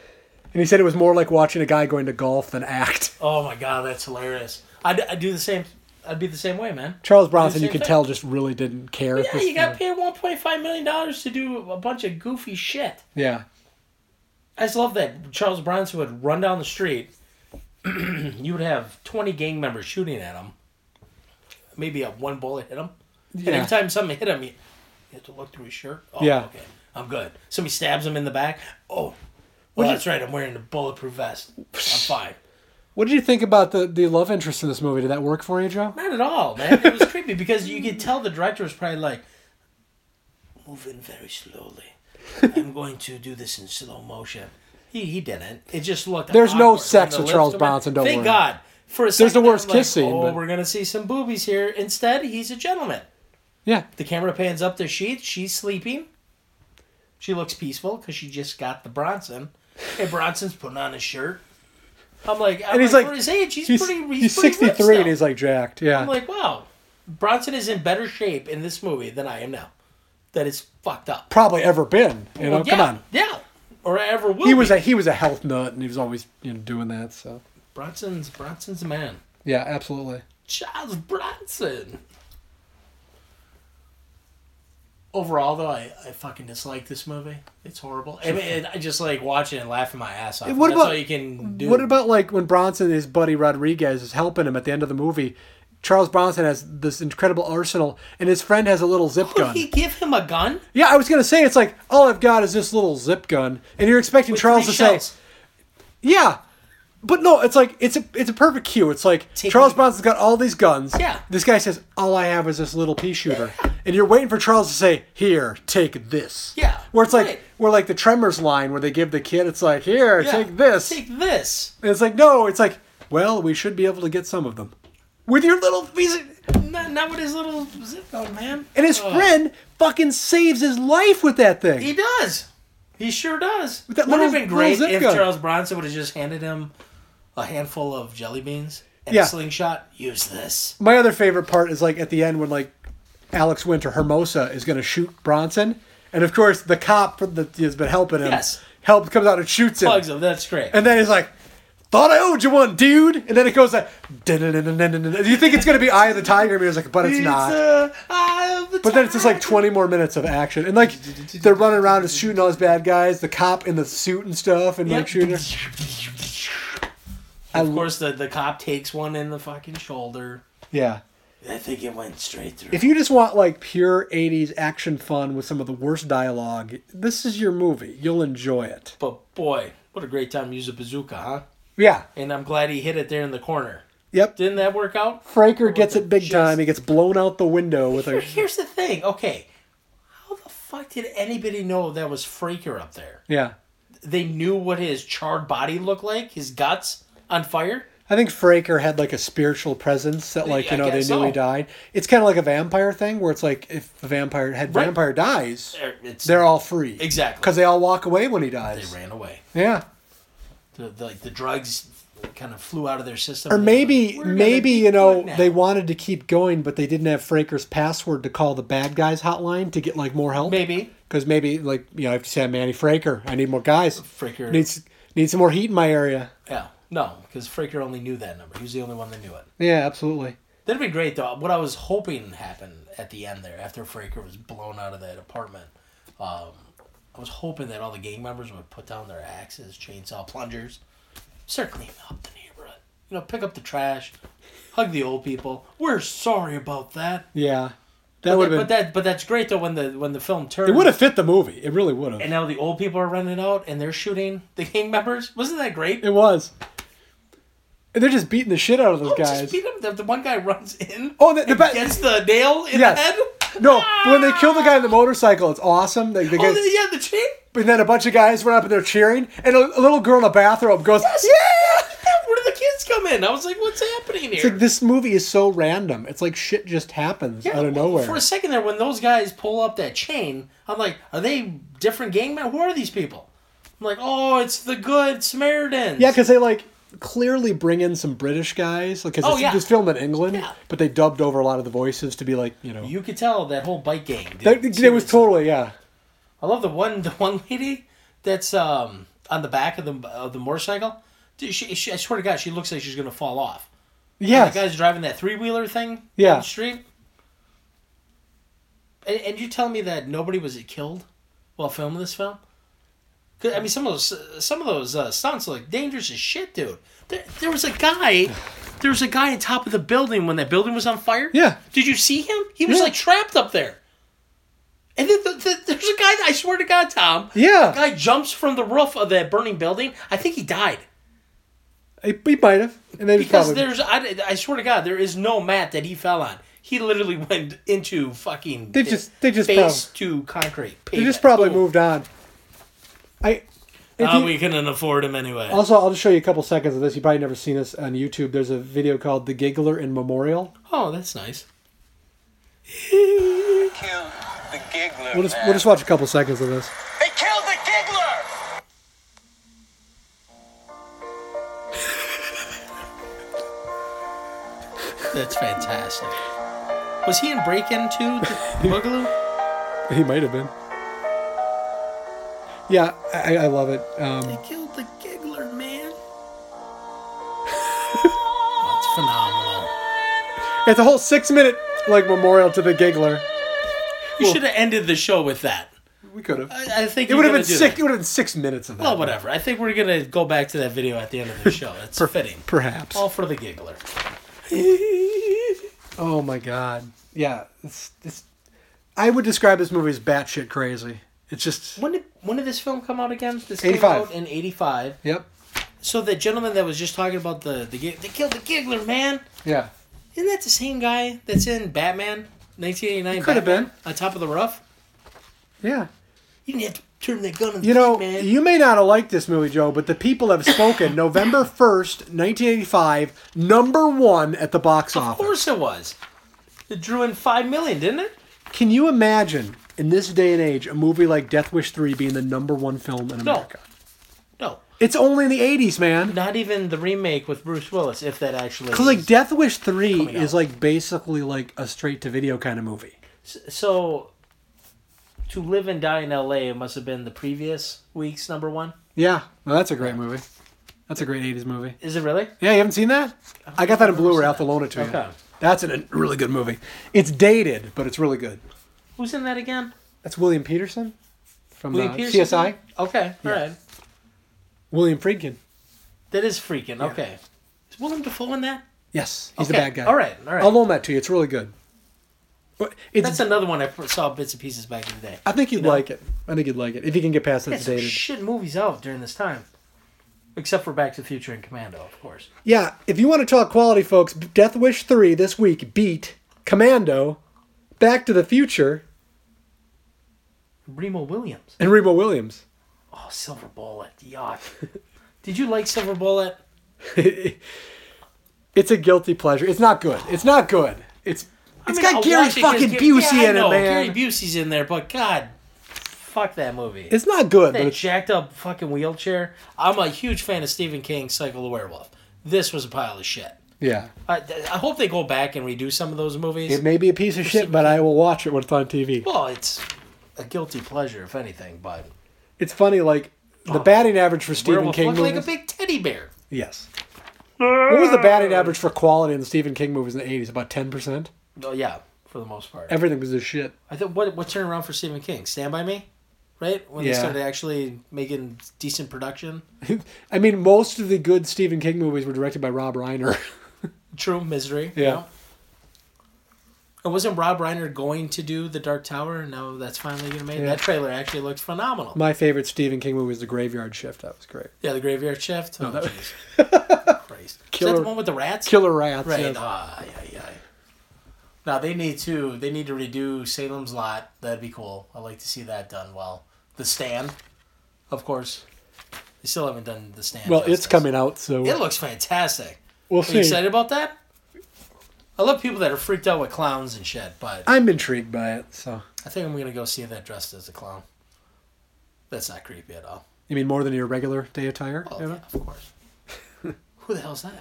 And he said it was more like watching a guy going to golf than act. Oh my god, that's hilarious. I'd, I'd do the same. I'd be the same way, man. Charles Bronson, you same could thing. tell, just really didn't care. if Yeah, this you got paid one point five million dollars to do a bunch of goofy shit. yeah. I just love that Charles Bronson would run down the street. you would have 20 gang members shooting at him. Maybe a one bullet hit him. And Yeah. every time something hit him, he, he had to look through his shirt. Oh, Yeah. okay. I'm good. Somebody stabs him in the back. Oh, well, that's right. I'm wearing a bulletproof vest. I'm fine. What did you think about the, the love interest in this movie? Did that work for you, Joe? Not at all, man. It was creepy because you could tell the director was probably like, moving very slowly. I'm going to do this in slow motion. He, he didn't. It just looked. There's no awkward sex when the with Charles lips went- Bronson, don't Thank worry. God. For a second, the worst I'm like, kiss scene, Oh, but- we're gonna see some boobies here. Instead, he's a gentleman. Yeah. The camera pans up the sheet. She's sleeping. She looks peaceful because she just got the Bronson. And Bronson's putting on his shirt. I'm like, I'm And he's like, like- for his age, he's, He's, pretty. He's, he's pretty ripped 63 and still. he's like jacked. Yeah. I'm like, wow, Bronson is in better shape in this movie than I am now. That is fucked up. probably ever been. You know, Well, yeah, Oh, come on. Yeah. Or I ever will. He was be. a he was a health nut, and he was always you know doing that. So Bronson's Bronson's a man. yeah, absolutely. Charles Bronson. Overall, though, I, I fucking dislike this movie. It's horrible. I mean, and I just like watching and laughing my ass off. What That's about all you can do? What about like when Bronson and his buddy Rodriguez is helping him at the end of the movie? Charles Bronson has this incredible arsenal, and his friend has a little zip Did gun. Oh, he give him a gun? Yeah, I was gonna say it's like all I've got is this little zip gun, and you're expecting Charles to Three say, shells. "Yeah," but no, it's like it's a it's a perfect cue. It's like Take Charles me- Bronson's got all these guns. Yeah. this guy says, "All I have is this little pea shooter," and you're waiting for Charles to say, "Here, take this." Yeah, where it's like right. where like the Tremors line where they give the kid, it's like, "Here, Yeah, take this," Take this. and it's like, "No," it's like, "Well, we should be able to get some of them with your little piece." of-" Not, not with his little zip gun, man. And his friend fucking saves his life with that thing. He does. He sure does. that Wouldn't it have little- been great little zip if gun. Charles Bronson would have just handed him a handful of jelly beans and Yeah. a slingshot? Use this. my other favorite part is like at the end when like Alex Winter Hermosa is gonna shoot Bronson, and of course the cop that has been helping him Yes. help comes out and shoots him, Plugs him. That's great. and then he's like, "Thought I owed you one, dude," and then it goes like, "Dun-dun-dun-dun-dun-dun." you think it's gonna be Eye of the Tiger? And he was like, "But it's not." uh, Eye of the But then it's just like Tiger. 20 more minutes of action, and like they're running around and shooting all these bad guys, the cop in the suit and stuff, and like Yep. shooting. I Of lo- course, the, the cop takes one in the fucking shoulder. Yeah. I think it went straight through. If you just want like pure 80s action fun with some of the worst dialogue, this is your movie. You'll enjoy it. but boy, what a great time to use a bazooka, huh? Yeah. And I'm glad he hit it there in the corner. Yep. Didn't that work out? Fraker gets the it big shits? time. He gets blown out the window with Here- a. here's the thing. Okay, how the fuck did anybody know that was Fraker up there? Yeah. They knew what his charred body looked like, his guts on fire. I think Fraker had like a spiritual presence that, like, you I know, they knew guess he so. died. It's kind of like a vampire thing where it's like if a vampire had Right. vampire dies, There, It's, they're all free. Exactly. Because they all walk away when he they dies. ran away. Yeah. The, the, like the drugs kind of flew out of their system. Or and they were maybe, like, "We're gonna maybe be you know, good now." they wanted to keep going, but they didn't have Fraker's password to call the bad guys hotline to get like more help. maybe because maybe like you know, I have to say I'm Manny Fraker. I need more guys. Fraker. needs needs some more heat in my area. Yeah, no, because Fraker only knew that number. He was the only one that knew it. Yeah, absolutely. That'd be great though. What I was hoping happened at the end there, after Fraker was blown out of that apartment, um, I was hoping that all the gang members would put down their axes, chainsaw plungers, start cleaning up the neighborhood. You know, pick up the trash, hug the old people. We're sorry about that. Yeah, that would have But been. that, but that's great though. When the when the film turned, It would have fit the movie. It really would And have. now the old people are running out and they're shooting the gang members. Wasn't that great? It was. And they're just beating the shit out of those Oh, guys. Just beat him. The, the one guy runs in. Oh, the- the and ba- gets the nail in Yes. the head. No, but when they kill the guy on the motorcycle, it's awesome. They, they Oh, get, the, yeah, the chain. and then a bunch of guys run up and they're cheering, and a, a little girl in a bathrobe goes, "Yeah!" Where do the kids come in? I was like, what's happening It's here? like this movie is so random. It's like shit just happens out of nowhere. For a second there, when those guys pull up that chain, I'm like, are they different gang members? Who are these people? I'm like, oh, it's the good Samaritans. Yeah, because they like clearly bring in some British guys because Oh, it's yeah. just filmed in England, Yeah. but they dubbed over a lot of the voices to be like you know. you could tell that whole bike gang. dude. that, it was Seriously. totally yeah. I love the one the one lady that's um on the back of the of the motorcycle. Dude, she, she I swear to God, she looks like she's gonna fall off. Yes. The guy's driving that three wheeler thing down Yeah. the street. And, and you tell me that nobody was killed while filming this film? 'Cause, I mean, some of those some of those uh, stunts are like dangerous as shit, dude. There, there was a guy, there was a guy on top of the building when that building was on fire. Yeah. Did you see him? He was Yeah. like trapped up there. And then the, the, there's a guy. I swear to God, Tom. Yeah. A guy jumps from the roof of that burning building. I think he died. He, he might have, and they just Because probably there's, I, I swear to God, there is no mat that he fell on. He literally went into fucking. They just- they just face to concrete. they just probably moved. moved on. I. if Oh, you- we couldn't afford him anyway. also, I'll just show you a couple seconds of this. You've probably never seen this on YouTube. There's a video called "The Giggler in Memorial." oh, that's nice. Kill the giggler. We'll just man. we'll just watch a couple seconds of this. They killed the giggler. That's fantastic. Was he in Break In too? Boogaloo? He might have been. Yeah, I, I love it. Um, Killed the giggler, man. That's phenomenal. it's a whole six minute like memorial to the giggler. You should have ended the show with that. We could have. I, I think It you're would have been gonna Uh, do six. that. It would have been six minutes of that. Well, whatever. I think we're gonna go back to that video at the end of the show. It's fitting. Perhaps. All for the giggler. Oh my god. Yeah, it's, it's. I would describe this movie as batshit crazy. It's just. When did when did this film come out again? This 85. came out in '85. Yep. So the gentleman that was just talking about the the gig- they killed the giggler, man. Yeah. Isn't that the same guy that's in Batman 1989? Could have Batman, been. on top of the roof. Yeah. You didn't have to turn that gun. In You know, man. you may not have liked this movie, Joe, but the people have spoken. November 1st, 1985, number one at the box of office. course it was. It drew in five million, didn't it? Can you imagine, in this day and age, a movie like Death Wish 3 being the number one film in America? No, It's only in the 80s, man. not even the remake with Bruce Willis, if that actually. Because, like, Death Wish 3 out. is, like, basically, like, a straight-to-video kind of movie. so, to live and die in L.A. must have been the previous week's number one. Yeah. Well, that's a great movie. That's a great 80s movie. Is it really? Yeah, you haven't seen that? I got that in Blu-ray. I'll have to loan it to you. Okay. That's an- a really good movie. It's dated, but it's really good. Who's in that again? That's William Peterson from William uh, Peterson? CSI. Okay, all right. William Friedkin. That is freaking okay. Is Willem Dafoe in that? Yes, he's the Okay, bad guy. All right, all right. I'll loan that to you. It's really good. But it's, That's another one I saw bits and pieces back in the day. I think you'd you know? like it. I think you'd like it if you can get past There's it's some dated. shit movies out during this time, except for Back to the Future and Commando, of course. yeah, if you want to talk quality, folks, Death Wish three this week beat Commando, Back to the Future, Remo Williams. and Remo Williams. Oh, Silver Bullet. Yuck. Did you like Silver Bullet? It's a guilty pleasure. It's not good. It's not good. It's it's I mean, got I'll Gary watch it 'cause fucking Gary- Busey yeah, I in it, know, man. Gary Busey's in there, but God, fuck that movie. It's not good, but that it's, jacked up fucking wheelchair. I'm a huge fan of Stephen King's Cycle the Werewolf. This was a pile of shit. yeah. I, I hope they go back and redo some of those movies. It may be a piece of shit, but I will watch it when it's on TV. well, it's a guilty pleasure, if anything, but It's funny, like the batting average for Stephen oh, werewolf King looked movies. like a big teddy bear. yes. What was the batting average for quality in the Stephen King movies in the eighties? About ten percent. Oh yeah, for the most part. Everything was a shit. I think what what turned around for Stephen King? Stand by Me, right? When Yeah. they started actually making decent production. I mean, most of the good Stephen King movies were directed by Rob Reiner. True Misery. Yeah. And wasn't Rob Reiner going to do The Dark Tower? No, that's finally gonna make Yeah. that trailer actually looks phenomenal. My favorite Stephen King movie was The Graveyard Shift. That was great. yeah, the Graveyard Shift. Oh, jeez. Christ. Is Killer- that the one with the rats? Killer Rats. Right. yes. Ah, yeah, yeah. Now they need to they need to redo Salem's Lot. That'd be cool. I'd like to see that done well. The Stand, of course. They still haven't done the Stand. Well, it's justice. coming out, so It looks fantastic. we'll Are you see. excited about that? I love people that are freaked out with clowns and shit, but I'm intrigued by it. So I think I'm gonna go see that dressed as a clown. That's not creepy at all. you mean more than your regular day attire? Oh, you know? yeah, of course. Who the hell's that?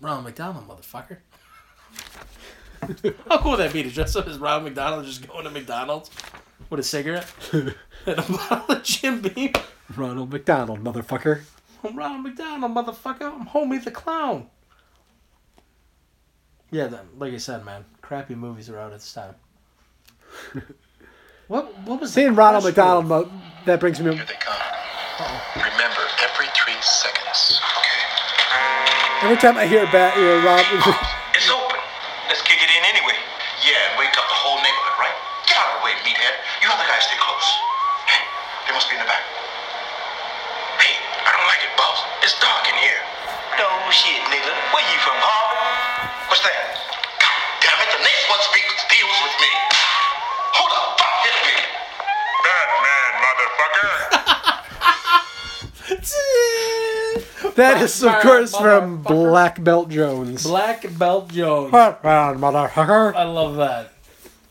Ronald McDonald, motherfucker. How cool would that be to dress up as Ronald McDonald and just go into McDonald's with a cigarette and a bottle of Jim Beam? Ronald McDonald, motherfucker. I'm Ronald McDonald, motherfucker. I'm Homie the Clown. Yeah, that, like I said, man, crappy movies are out at this time. what what was the Seeing Ronald question? McDonald, mo- that brings me. Here they come. Remember, every three seconds. Okay. Every time I hear bat, you know, Rob. It's open. Let's kick it in anyway. Yeah, and wake up the whole neighborhood, right? Get out of the way, meathead. You other guys stay close. Hey, they must be in the back. Hey, I don't like it, boss. It's dark in here. No shit, nigga. Where you from, Harvard? What's that? God damn it, the next one speaks deals with me. Who the fuck hit me? Batman, motherfucker. That is, of Mother- course, from motherfucker. Black Belt Jones. Black Belt Jones. Black Belt, motherfucker. I love that.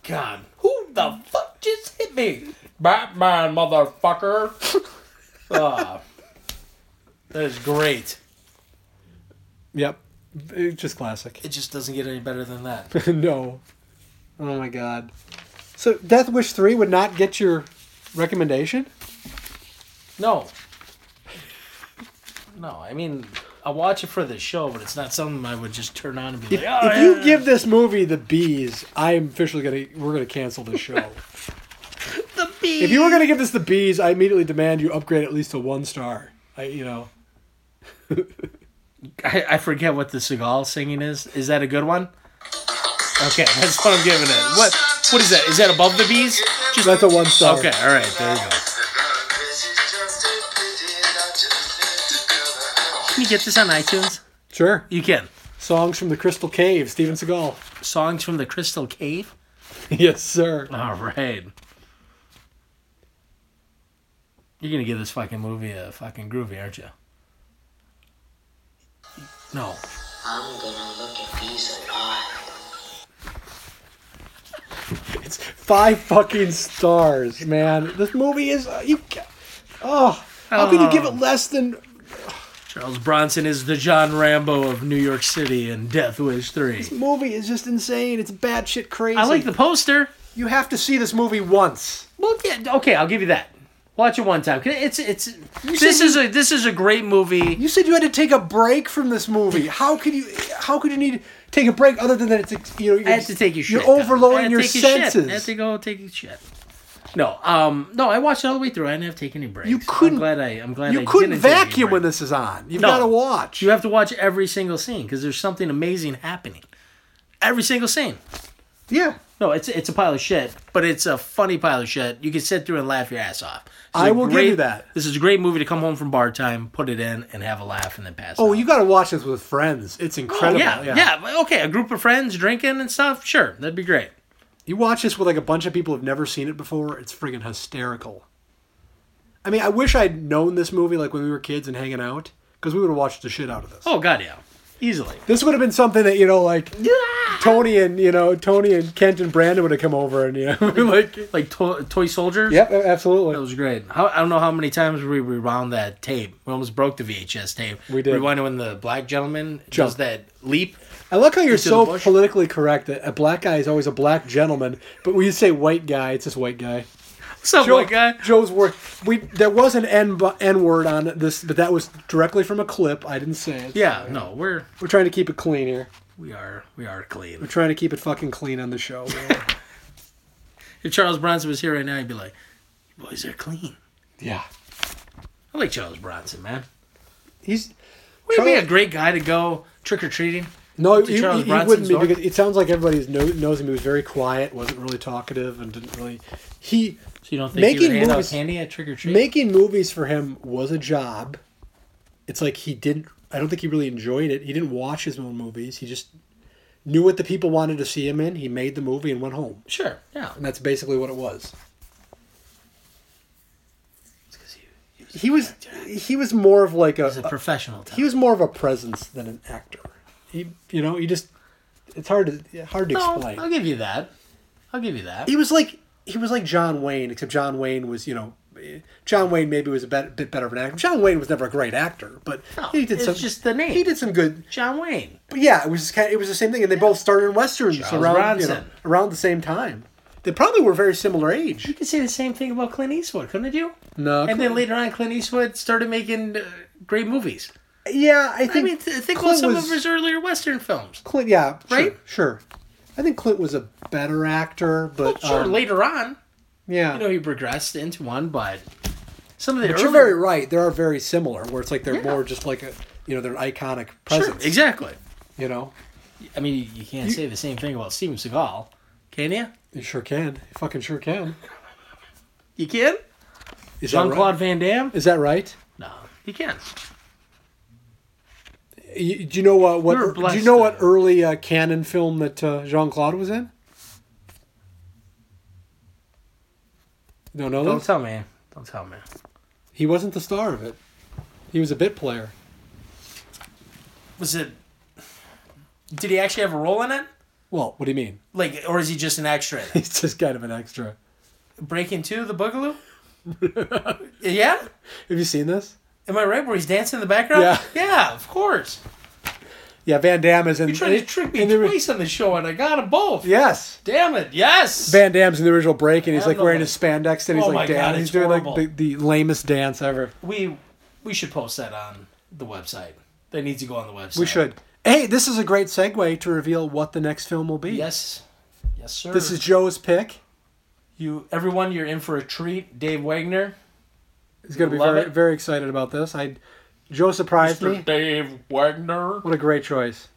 God, who the fuck just hit me? Batman, motherfucker. Ah, that is great. Yep. It's just classic. It just doesn't get any better than that. no. Oh my god. So Death Wish 3 would not get your recommendation? No. No, I mean, I watch it for the show, but it's not something I would just turn on and be If, like, oh, if yeah. you give this movie the bees, I'm officially gonna we're gonna cancel this show. the bees. If you were gonna give this the bees, I immediately demand you upgrade at least to one star. I you know I, I forget what the Seagal singing is. Is that a good one? Okay, that's what I'm giving it. What What is that? Is that above the bees? just that's a one star. Okay, all right, there you go. Can you get this on iTunes? Sure. You can. Songs from the Crystal Cave, Steven Seagal. Songs from the Crystal Cave. yes, sir. All right. You're gonna give this fucking movie a fucking groovy, aren't you? No. I'm gonna look at these alive. It's five fucking stars, man. This movie is uh, you. ca- Oh, how can you give Um, it less than? Charles Bronson is the John Rambo of New York City in Death Wish 3. Movie is just insane. It's batshit crazy. I like the poster. You have to see this movie once. Well, yeah, okay, I'll give you that. Watch it one time. 'Cause It's it's this is a this is a great movie. You said you had to take a break from this movie. How could you? How could you need take a break other than that? It's you know. I had to take your You're shit. I overloading had to your take a shit. senses. I had to go take a shit. No, um, no, I watched it all the way through. I didn't have to take any breaks. You couldn't- I'm glad I. I'm glad you I couldn't didn't take any vacuum when breaks. this is on. You've No. got to watch. You have to watch every single scene because there's something amazing happening. Every single scene. yeah. No, it's it's a pile of shit, but it's a funny pile of shit. You can sit through and laugh your ass off. This is I a will give great- you that. This is a great movie to come home from bar time, put it in, and have a laugh, and then pass. Oh, out. you got to watch this with friends. It's incredible. Oh, yeah, yeah, but Okay, a group of friends drinking and stuff. Sure, that'd be great. You watch this with like a bunch of people who've never seen it before. It's friggin' hysterical. I mean, I wish I'd known this movie like when we were kids and hanging out because we would have watched the shit out of this. Oh god, yeah, easily. This would have been something that you know, like Tony and you know Tony and Kent and Brandon would have come over and you know, like Like to- toy soldiers. yep, That absolutely. was great. How, I don't know how many times we rewound that tape. We almost broke the VHS tape. We did. Rewind it when the black gentleman Jump. does that leap. I like how you're Into the so bush. politically correct that a black guy is always a black gentleman, but when you say white guy, it's just white guy. What's up, white guy? Joe's word. We there was an n bu- n word on this, but that was directly from a clip. I didn't say it. Yeah, no, we're We're trying to keep it clean here. we are we are clean. We're trying to keep it fucking clean on the show. man. If Charles Bronson was here right now, he'd be like, "You boys are clean." yeah, I like Charles Bronson, man. he's Would be a Charles- great guy to go trick or treating? no, Up to you, you- Charles you Bronson's wouldn't be door? because it sounds like everybody kno- knows him. He was very quiet, wasn't really talkative, and didn't really. He So you don't think he Making would hand out movies- candy at trick or treat? making movies for him was a job. It's like he didn't. I don't think he really enjoyed it. He didn't watch his own movies. He just knew what the people wanted to see him in. He made the movie and went home, sure, yeah. and that's basically what it was. He was he was more of like He's a professional. Type. he was more of a presence than an actor. He, you know, he just it's hard to hard to No, explain. I'll give you that. I'll give you that. He was like he was like John Wayne, except John Wayne was you know, eh, John Wayne maybe was a bet, bit better of an actor. John Wayne was never a great actor, but No, he did it's some. just the name. He did some good. John Wayne. But yeah, it was just kind of, it was the same thing, and they both started in westerns Charles around you know, Bronson. around the same time. They probably were very similar age. You could say the same thing about Clint Eastwood, couldn't you? No, And then later on, Clint Eastwood started making uh, great movies. yeah, I think I mean, th- think Clint about some was- of his earlier Western films. Clint. Yeah, sure, Right? Sure, I think Clint was a better actor, but Sure, um, later on, yeah, you know, he progressed into one, but some of the But earlier, you're very right. They are very similar, where it's like they're Yeah. more just like a, you know, they're an iconic Sure, presence. exactly. You know, I mean, you, you can't say the same thing about Steven Seagal, can you? you sure can. You fucking sure can. You can. Is Jean that Claude right? Van Damme. Is that right? No, you can. You, do you know what? What We were do you blessed know to- what early uh, canon film that uh, Jean Claude was in? You don't know Don't that? tell me. Don't tell me. He wasn't the star of it. He was a bit player. Was it? Did he actually have a role in it? Well, what do you mean? Like, or is he just an extra? in it? He's just kind of an extra. Breaking Two, The Boogaloo. yeah, Have you seen this? am I right? Where he's dancing in the background? Yeah. yeah, of course. Yeah, Van Damme is in. You tried to trick me in the ori- twice on the show, and I got them both. Yes, Damn it! Yes. Van Damme's in the original break, and he's like Abnormal. wearing his spandex, and he's Oh my like God, dancing. He's it's doing horrible. like the, the lamest dance ever. we we should post that on the website. They need to go on the website. We should. Hey, this is a great segue to reveal what the next film will be. Yes. Yes, sir. This is Joe's pick. you. Everyone, you're in for a treat. Dave Wagner. He's gonna be Love very it. very excited about this. I Joe surprised me. Dave Wagner. What a great choice.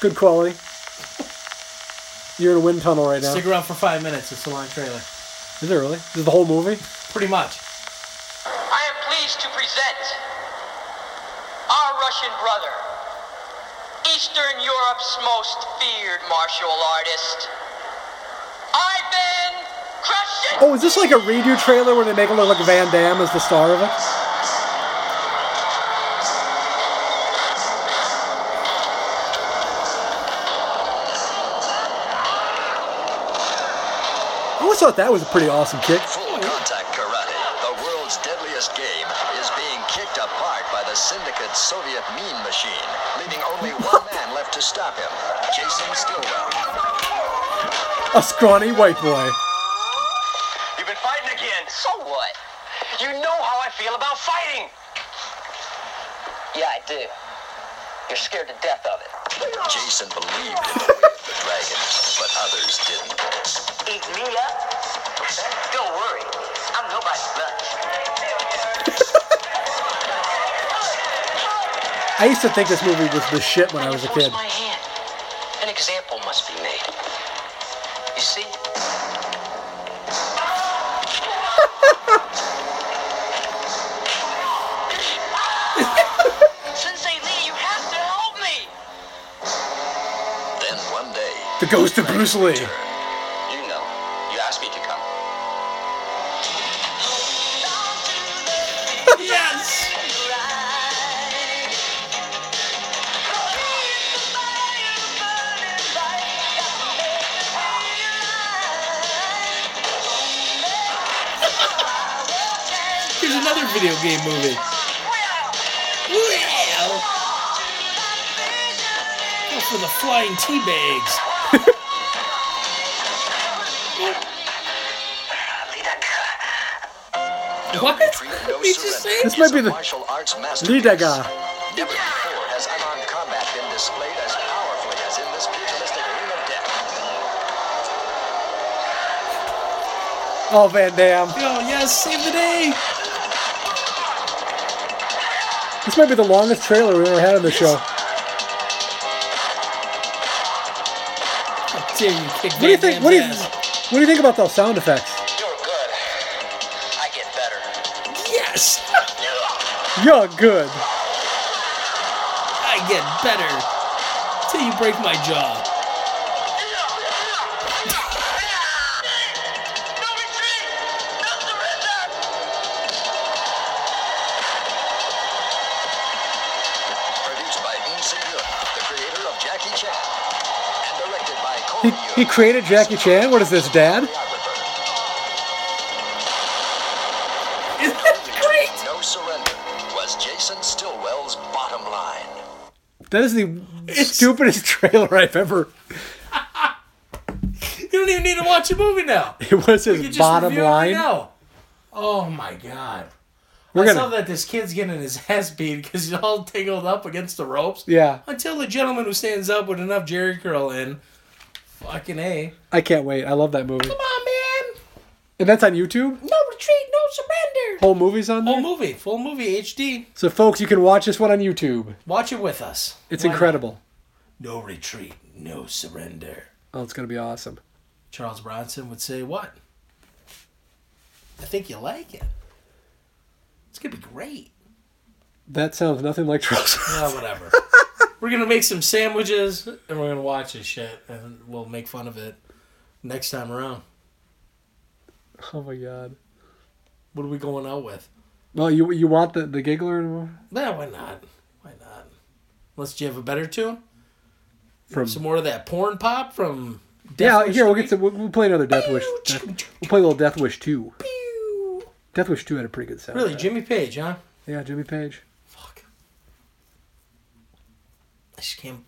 Good quality. You're in a wind tunnel right now. Stick around for five minutes. It's a long trailer. Is it really? This is the whole movie? Pretty much. I am pleased to present our Russian brother, Eastern Europe's most feared martial artist, Ivan Krashin. Oh, is this like a redo trailer where they make it look like Van Damme is the star of it? I always thought that was a pretty awesome kick. Full contact karate, the world's deadliest game, is being kicked apart by the syndicate's Soviet mean machine, leaving only one man left to stop him Jason Stilwell. A scrawny white boy. You've been fighting again. So what? You know how I feel about fighting. Yeah, I do. You're scared to death of it. Jason believed in the way of the dragon, but others didn't. Eat me up? Don't worry, I'm nobody's lunch. I used to think this movie was the shit when I was a Force kid. my hand. An example must be made. You see? Sensei Lee, you have to help me! Then one day, The ghost of Bruce Lee. you know, you asked me to come. Yes. Here's another video game movie. Wow. Go for the flying tea bags. What? What did you say? This might be the- martial arts masterpiece. Lee Daga. Never before has unarmed combat been displayed as powerfully as in this pugilistic ring of death. Oh, Van Damme. Oh yes, save the day. This might be the longest trailer we ever had on the show. What How dare you kick do you think? What do you, what do you think about those sound effects? You're good. I get better. Yes, You're good. I get better till you break my jaw. No retreat! No surrender! Produced by Dean Seung-yoon, the creator of Jackie Chan, and directed by He, Ko he created Jackie Chan. What is this, Dad? Great! No surrender was Jason Stilwell's bottom line. That is the stupidest trailer I've ever. You don't even need to watch a movie now. It was You his just bottom review it right line. now. Oh my god. We're I gonna- saw that this kid's getting his ass beat because he's all tangled up against the ropes. yeah, Until the gentleman who stands up with enough Jerry curl in, fucking a. I can't wait. I love that movie, Come on, and that's on YouTube. man. No retreat, no surrender. Whole movies on Full there. movie, full movie HD. So, folks, you can watch this one on YouTube. Watch it with us. It's Why not? incredible. No retreat, no surrender. Oh, it's gonna be awesome. Charles Bronson would say what? I think you like it. It's gonna be great. That sounds nothing like Charles. Yeah, Uh, whatever. we're gonna make some sandwiches and we're gonna watch this shit and we'll make fun of it next time around. oh my god. What are we going out with? Well, you you want the the giggler Nah, why not? Why not? Unless you have a better tune? from? Some more of that porn pop from Death yeah, Wish here we'll get Three? to we'll, we'll play another Death Wish. Death- we'll play a little Death Wish too. Pew. Death Wish 2 had a pretty good sound. Really, Jimmy Page, huh? Yeah, Jimmy Page. Fuck. I just can't.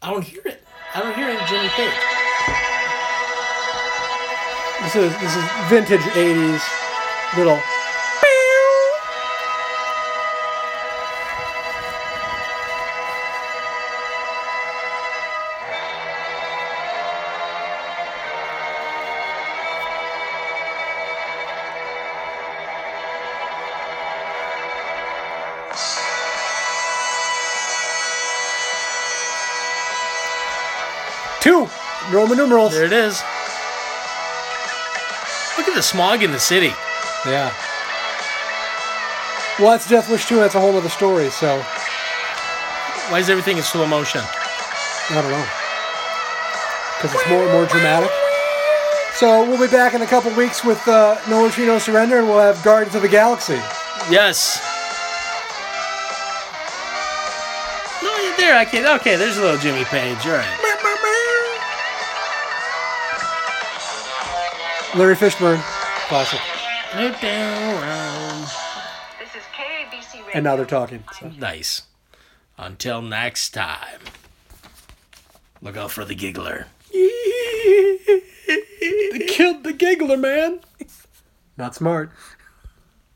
I don't hear it. I don't hear any Jimmy Page. This is this is vintage 80s little two Roman numerals. There it is. Look at the smog in the city. Yeah. Well, that's Death Wish 2. That's a whole other story, so Why is everything in slow motion? I don't know. Because it's more and more dramatic. So we'll be back in a couple weeks with uh, No Retreat, No Surrender, and we'll have Guardians of the Galaxy. Yes. No, you're there. I can. Okay, there's a little Jimmy Page. All right. Larry Fishburne, classic. This is KABC Radio. And now they're talking. So. Nice. Until next time. Look out for the giggler. they killed the giggler, man. Not smart.